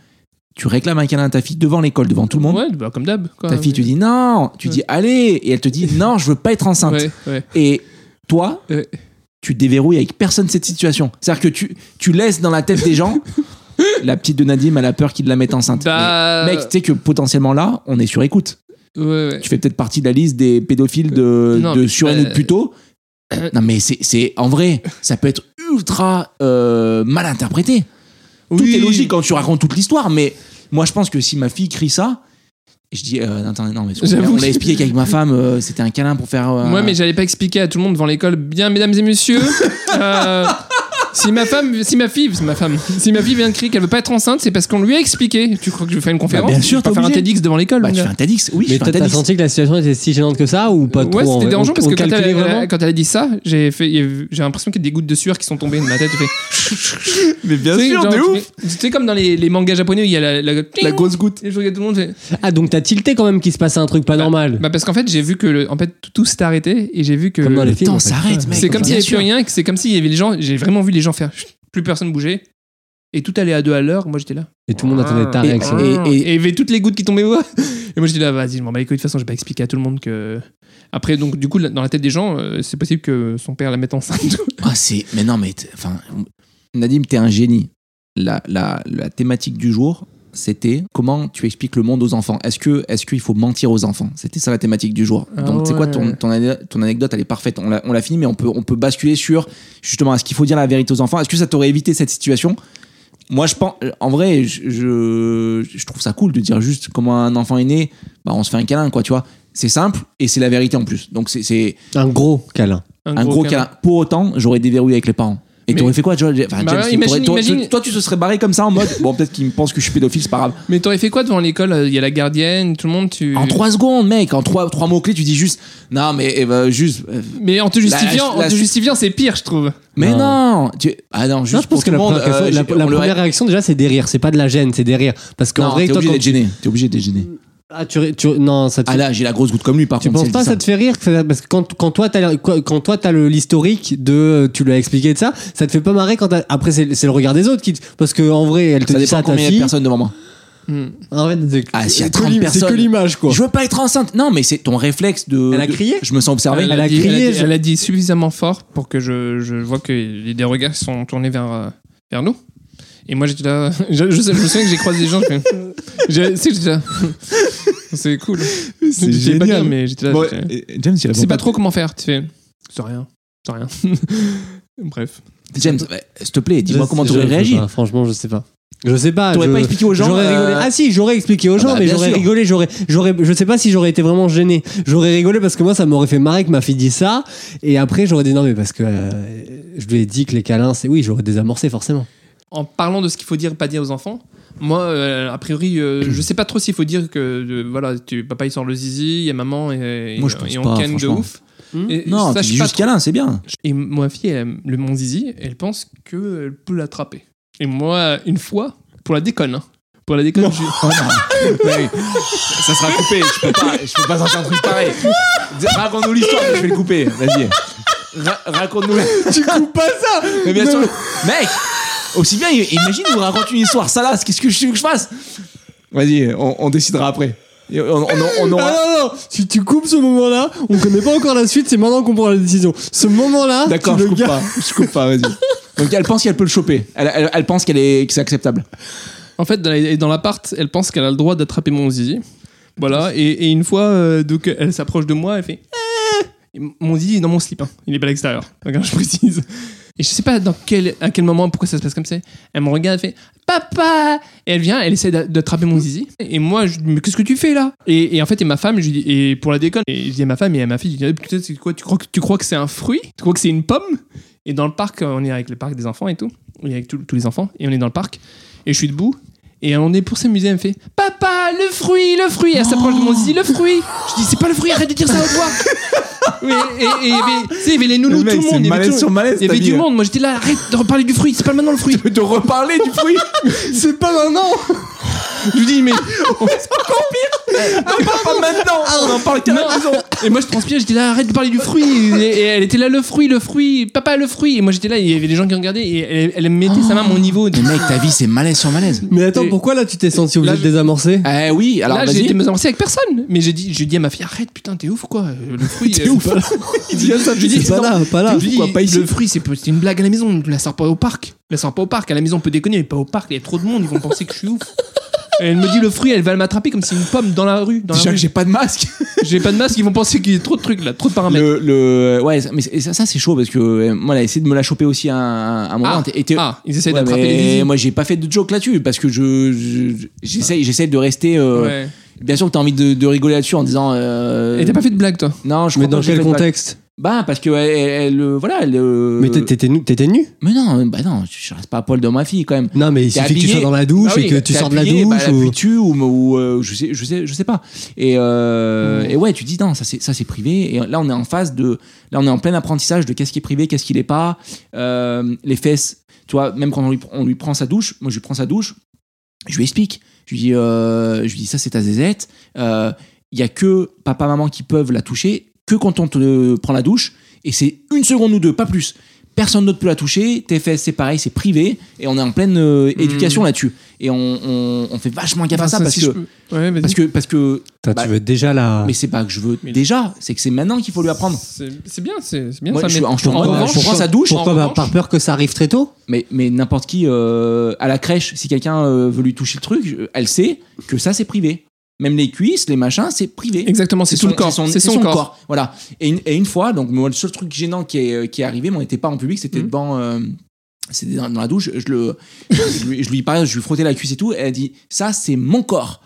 Tu réclames un câlin à ta fille devant l'école, devant tout le monde.
Ouais, bah, comme d'hab. quoi.
Ta fille, tu
Mais-
dis non. Tu
Ouais.
dis allez. Et elle te dit non, je veux pas être enceinte.
Ouais, ouais.
Et toi,
Ouais.
tu déverrouilles avec personne cette situation. C'est-à-dire que tu, tu laisses dans la tête des gens. la petite de Nadim, elle a peur qu'ils la mettent enceinte.
Bah,
Mais, mec, tu sais que potentiellement là, on est sur écoute.
ouais, ouais.
Tu fais peut-être partie de la liste des pédophiles de,
Non,
de
mais,
Suren
euh,
ou de Puto. Non, mais c'est- c'est en vrai, ça peut être ultra euh, mal interprété. Tout est logique quand tu racontes toute l'histoire, mais moi je pense que si ma fille crie ça, je dis euh, attendez, non, mais
J'avoue
on
que-
l'a expliqué qu'avec ma femme, euh, c'était un câlin pour faire. euh,
Moi, mais j'allais pas expliquer à tout le monde devant l'école. Bien, mesdames et messieurs. euh, Si ma femme, si ma fille, c'est ma femme, si ma fille vient de crier qu'elle veut pas être enceinte, c'est parce qu'on lui a expliqué. Tu crois que je vais faire une conférence
Bah, bien
Je vais
sûr,
pas
t'es
faire un
obligé.
TEDx devant l'école.
Bah,
mon
tu
gars.
fais un TEDx, oui, je
mais
fais un
peut-être t'as
TEDx.
senti que la situation était si gênante que ça ou pas trop.
ouais,
en
c'était
vrai.
dérangeant
On-
parce
on
que quand
calculait
elle,
vraiment
quand elle a dit ça, j'ai fait, j'ai l'impression qu'il y a des gouttes de sueur qui sont tombées de ma tête. J'ai fait-
Mais bien
Tu sais,
sûr,
genre,
de
tu
ouf
fais- Tu sais, comme dans les, les mangas japonais où il y a la, la,
La grosse goutte.
Et je regarde tout le monde. je fais-
Ah donc t'as tilté quand même qu'il se passait un truc pas
Bah,
normal.
Bah parce qu'en fait, j'ai vu que le, en fait tout- tout s'est arrêté et j'ai vu que
Comme dans les
Le
films, en
temps
fait.
euh, s'arrête, mec.
C'est comme s'il
bien
n'y avait plus
sûr.
rien, et que c'est comme s'il y avait les gens. J'ai vraiment vu les gens faire. chut, Plus personne bougeait. Et tout allait à deux à l'heure. Moi j'étais là. Ah.
Et tout le monde attendait hein. ta
Et-
réaction.
et-
Et il y avait toutes les gouttes qui tombaient. ouais. Et moi j'étais là, vas-y, je m'en bats les couilles. De toute façon, je vais pas expliquer à tout le monde que. Après, donc du coup, là, dans la tête des gens, euh, c'est possible que son père la mette enceinte.
Ah, c'est. Mais non, mais. t'es- Enfin, Nadim, t'es un génie. La, la, la thématique du jour, c'était comment tu expliques le monde aux enfants. Est-ce que est-ce qu'il faut mentir aux enfants C'était ça la thématique du jour.
Ah
Donc, c'est quoi
ouais.
ton, ton, ane- ton anecdote Elle est parfaite. On l'a on l'a fini, mais on peut, on peut basculer sur justement est-ce qu'il faut dire la vérité aux enfants Est-ce que ça t'aurait évité cette situation moi, je pense, en vrai, je, je, je trouve ça cool de dire juste comment un enfant est né, bah, on se fait un câlin, quoi, tu vois. C'est simple et c'est la vérité en plus. Donc, c'est- c'est,
Un gros câlin.
un gros, câlin. Pour autant, j'aurais déverrouillé avec les parents. Et
Mais-
t'aurais fait quoi, Joe Enfin,
Bah
James,
ouais,
tu-
imagine-
t'aurais- t'aurais-
imagine-
tu- Toi, tu te serais barré comme ça en mode bon, peut-être qu'ils me pensent que je suis pédophile, c'est pas grave.
Mais t'aurais fait quoi devant l'école euh, Il y a la gardienne, tout le monde. Tu...
En trois secondes, mec, en trois, trois mots clés, tu dis juste non, mais eh ben, juste. euh,
Mais en te justifiant,
la-
en te justifiant, c'est pire, je trouve.
Mais
Non.
non, tu- ah non, juste
Non, je pense
pour
que
tout
la,
le monde.
première,
euh,
réaction-
j'ai-
la- la
on l'aurait-
première réaction déjà c'est des rires, c'est pas de la gêne, c'est des rires. Parce qu'en
Non,
vrai,
t'es
toi,
obligé
quand
d'être gêné. T'es obligé d'être gêné.
Ah, tu, ré- tu- non, ça te
Ah là, j'ai la grosse goutte comme lui, par
Tu
contre.
penses pas
si
ça
elle
te
dit
fait rire que ça- parce que quand, quand toi t'as la- quoi- quand toi t'as le l'historique de euh, tu l'as expliqué de ça ça te fait pas marrer quand t'as- après c'est c'est le regard des autres qui te- parce que en vrai elle te
ça
dit ça
dépend
à ta
combien il y a de
fille
personnes devant moi.
En fait, c'est-
Ah, s'il y a
c'est que
30
l'im- c'est que
personnes.
l'image quoi
Je veux pas être enceinte. Non, mais c'est ton réflexe de.
Elle a
de-
crié
Je me sens observé.
Elle a
dit-
crié,
Elle a, dit,
je-
elle a dit suffisamment fort pour que je, je vois que les des regards sont tournés vers, euh, vers nous. Et moi, j'étais là. Je, je sais- je me souviens que j'ai croisé des gens. je fais- j'ai- C'est que j'étais là. C'est cool.
C'est
J'étais pas bien,
génial.
mais j'étais là.
Bon,
j'étais-
et- et James, il
Tu
répond
sais pas trop comment faire. Tu fais. C'est rien. C'est rien. Bref.
James, bah, s'il te plaît, dis-moi
Je-
comment
je-
t'aurais
je sais
réagi.
pas, franchement, je sais pas. Je sais pas.
T'aurais
je-
pas expliqué aux gens.
J'aurais
euh,
rigolé. Ah si, j'aurais expliqué aux gens,
bah,
mais
bien
j'aurais
sûr.
rigolé, j'aurais, j'aurais, je sais pas si j'aurais été vraiment gêné. J'aurais rigolé parce que moi, ça m'aurait fait marrer que ma fille dit ça, et après j'aurais dit non mais parce que euh, je lui ai dit que les câlins, c'est oui, j'aurais désamorcé forcément.
en parlant de ce qu'il faut dire pas dire aux enfants moi euh, a priori euh, je sais pas trop s'il faut dire que euh, voilà tu, papa il sort le zizi il y a maman et, et-
Moi, je pense
et on
pas,
ken de
franchement.
ouf et,
Non,
ça,
tu
je
dis
sais pas
juste câlin, c'est bien.
trop. et ma fille elle- le mon zizi elle pense que elle peut l'attraper et moi une fois pour la déconne hein, pour la déconne je-
Ça sera coupé, je peux pas, je peux pas sortir un truc pareil. Raconte-nous l'histoire, mais je vais le couper, vas-y. Ra- Raconte-nous. Tu coupes pas ça Mais bien sûr.
Mec, aussi bien, imagine, on raconte une histoire salace, qu'est-ce que je veux que je fasse
Vas-y, on, on décidera après. Et on, on, on aura.
Ah non non, si tu coupes ce moment-là, on connaît pas encore la suite, c'est maintenant qu'on prend la décision. Ce moment-là,
D'accord,
tu
je
le
coupe
gardes.
pas. Je coupe pas, vas-y.
Donc elle pense qu'elle peut le choper. Elle, elle- elle pense qu'elle est, que c'est acceptable.
En fait, dans la- dans l'appart, elle pense qu'elle a le droit d'attraper mon zizi. Voilà, et, et une fois, euh, donc, elle s'approche de moi, elle fait Ah Et Mon zizi est dans mon slip, hein. il est pas à l'extérieur, D'accord, je précise. Et je sais pas dans quel, à quel moment, pourquoi ça se passe comme ça. Elle me regarde, elle fait Papa Et elle vient, elle essaie d'a- d'attraper mon zizi. Et moi, je dis Mais qu'est-ce que tu fais là et, et en fait, et ma femme, je lui dis Et pour la déconne, et je dis à ma femme et à ma fille, je dis Ah, Putain, c'est quoi tu crois, que, tu crois que c'est un fruit Tu crois que c'est une pomme Et dans le parc, on est avec le parc des enfants et tout, on est avec tous- tous les enfants, et on est dans le parc, et je suis debout, et on est pour s'amuser, elle me fait Papa, le fruit, le fruit Elle s'approche de mon zizi, le fruit Je dis C'est pas le fruit, arrête de dire ça au doigt Oui, et- et et il y avait- tu sais, il y avait les nounous,
Le mec,
tout le
c'est
monde. Il y avait,
malaise
tout le-
sur malaise,
il y avait
t'as
du
dit.
monde. Moi, j'étais là, arrête de reparler du fruit. C'est pas maintenant le fruit.
De reparler du fruit
C'est pas maintenant. Je lui dis, mais
Pas maintenant Ah, On en parle qu'à la maison
Et moi je transpirais, j'étais là, arrête de parler du fruit. Et, et elle était là, le fruit, le fruit, papa, le fruit. Et moi j'étais là, il y avait des gens qui regardaient et elle, elle mettait sa main à mon niveau.
Mais mec, ta vie, c'est malaise sur malaise.
Mais attends,
Et-
pourquoi là tu t'es senti obligé
Là,
de
je-
désamorcer
Eh oui, alors
là j'ai été
vas-y.
m'amorcer avec personne. Mais j'ai dit, j'ai dit à ma fille, arrête, putain, t'es ouf ou quoi Le fruit. t'es ouf.
Il dit ça,
Je dis,
Pas
non,
là, pas là.
je dis,
pourquoi pas ici
le fruit, c'est c'est une blague à la maison. Tu la sors pas au parc. Tu la sors pas au parc. À la maison, on peut déconner, mais pas au parc. Il y a trop de monde. Ils vont penser que je suis ouf. Et elle me dit le fruit, elle va m'attraper comme si une pomme dans la rue. Dans la
Déjà que
rue.
j'ai pas de masque.
J'ai pas de masque, ils vont penser qu'il y a trop de trucs là, trop de paramètres.
Le, le- ouais, ça- mais c'est- ça, ça, c'est chaud parce que euh, moi, elle a essayé de me la choper aussi à un, à un moment.
Ah,
Et- et-
ah, ils essaient
Ouais,
d'attraper
mais
les visites.
Moi, j'ai pas fait de joke là-dessus parce que je je- j'essaye j'essaye de rester. euh,
Ouais.
Bien sûr que t'as envie de, de rigoler là-dessus en disant. euh,
Et t'as pas fait de blague toi
Non, je
Mais
crois pas
dans
que j'ai
quel
fait de-
contexte
Bah parce que elle, elle, euh, voilà. Elle, euh,
Mais t'étais- t'étais nu, t'étais nu
Mais non, bah non, je reste pas à poil de ma fille quand même.
Non, mais il
T'es
suffit que tu
habillé.
sois dans la douche
Ah oui,
et que tu
t'es
sors de la
appuyé,
douche.
bah, elle
ou...
appuie dessus ou, ou, euh, je sais je sais je sais pas et euh,
Hmm.
et ouais tu dis non ça c'est ça c'est privé et là on est en phase de là on est en plein apprentissage de qu'est-ce qui est privé qu'est-ce qui l'est pas Euh, les fesses tu vois même quand on lui, on lui prend sa douche moi je lui prends sa douche je lui explique je lui dis euh, je lui dis ça c'est ta zézette Euh, il y a que papa maman qui peuvent la toucher que quand on te prend la douche et c'est une seconde ou deux pas plus personne d'autre peut la toucher tes fesses c'est pareil c'est privé et on est en pleine euh, éducation là-dessus et on, on- on fait vachement gaffe à ça parce que,
Ouais, vas-y.
parce que parce que
Putain,
bah,
tu veux déjà la.
mais c'est pas que je veux déjà c'est que c'est maintenant qu'il faut lui apprendre
C'est c'est bien, c'est c'est bien
Moi,
ça.
je
mais
suis- en- je suis en-
revanche,
je prends sa douche.
Pourquoi
en
bah,
revanche-
Par peur que ça arrive très tôt
mais mais n'importe qui euh, à la crèche si quelqu'un euh, veut lui toucher le truc je- elle sait que ça c'est privé même les cuisses les machins c'est privé
Exactement, c'est tout
son-
le corps.
son-
C'est son, corps.
Voilà. Et une, et une fois, donc, moi, le seul truc gênant qui est, euh, qui est arrivé, mais on n'était pas en public, c'était
Mhm.
devant. euh, c'était dans, dans la douche. Je, le, je, lui, je lui parlais, je lui frottais la cuisse et tout. Et elle a dit Ça, c'est mon corps.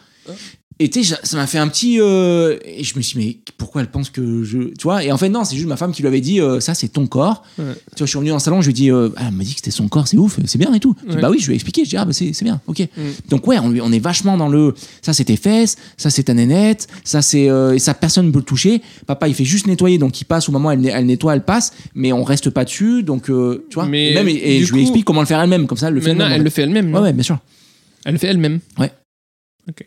Et tu sais, ça- ça m'a fait un petit. euh, et je me suis dit, mais pourquoi elle pense que je. Tu vois Et en fait, non, c'est juste ma femme qui lui avait dit euh, Ça, c'est ton corps.
Ouais.
Tu vois, je suis revenu dans le salon, je lui ai dit euh, Ah, Elle m'a dit que c'était son corps, c'est ouf, c'est bien et tout. Je dis,
Ouais.
bah oui, je lui ai expliqué. Je dis Ah, bah c'est c'est bien, ok. Donc ouais, on, lui- on est vachement dans le ça c'est tes fesses, ça c'est ta nénette, ça c'est euh, et ça personne ne peut le toucher. Papa il fait juste nettoyer donc il passe au moment où elle, né- elle nettoie, elle passe, mais on reste pas dessus donc euh, tu vois.
Mais,
et même, et, et
du
je lui
coup-
explique comment le faire elle-même comme ça elle le fait
Maintenant,
elle-même,
elle
en
le
fait.
fait elle-même.
Ouais
non
ouais bien sûr.
Elle le fait elle-même.
Ouais.
Ok.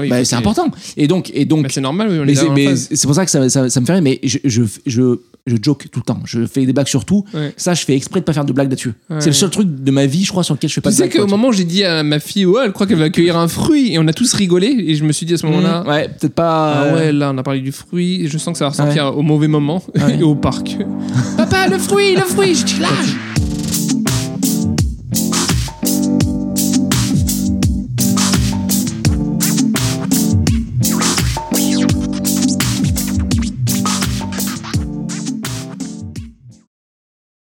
Oui,
Bah,
ok.
c'est important. Et donc et donc
Bah, c'est normal, oui, on
mais
les a
c'est
en
mais
face.
c'est pour ça que ça, ça- ça me fait rire mais je je, je je joke tout le temps. Je fais des blagues sur tout.
Ouais.
Ça je fais exprès de pas faire de blagues là-dessus.
Ouais.
C'est le seul truc de ma vie je crois sur lequel je fais pas de
Tu sais
blagues.
qu'au
quoi,
moment où j'ai dit à ma fille, oh, elle croit qu'elle va accueillir un fruit, et on a tous rigolé, et je me suis dit à ce
tu vois.
moment-là,
ouais, peut-être pas
ah
euh,
ouais, là on a parlé du fruit, et je sens que ça va ressortir au mauvais moment,
Ouais.
et au parc. Papa, le fruit, le fruit, je dis là,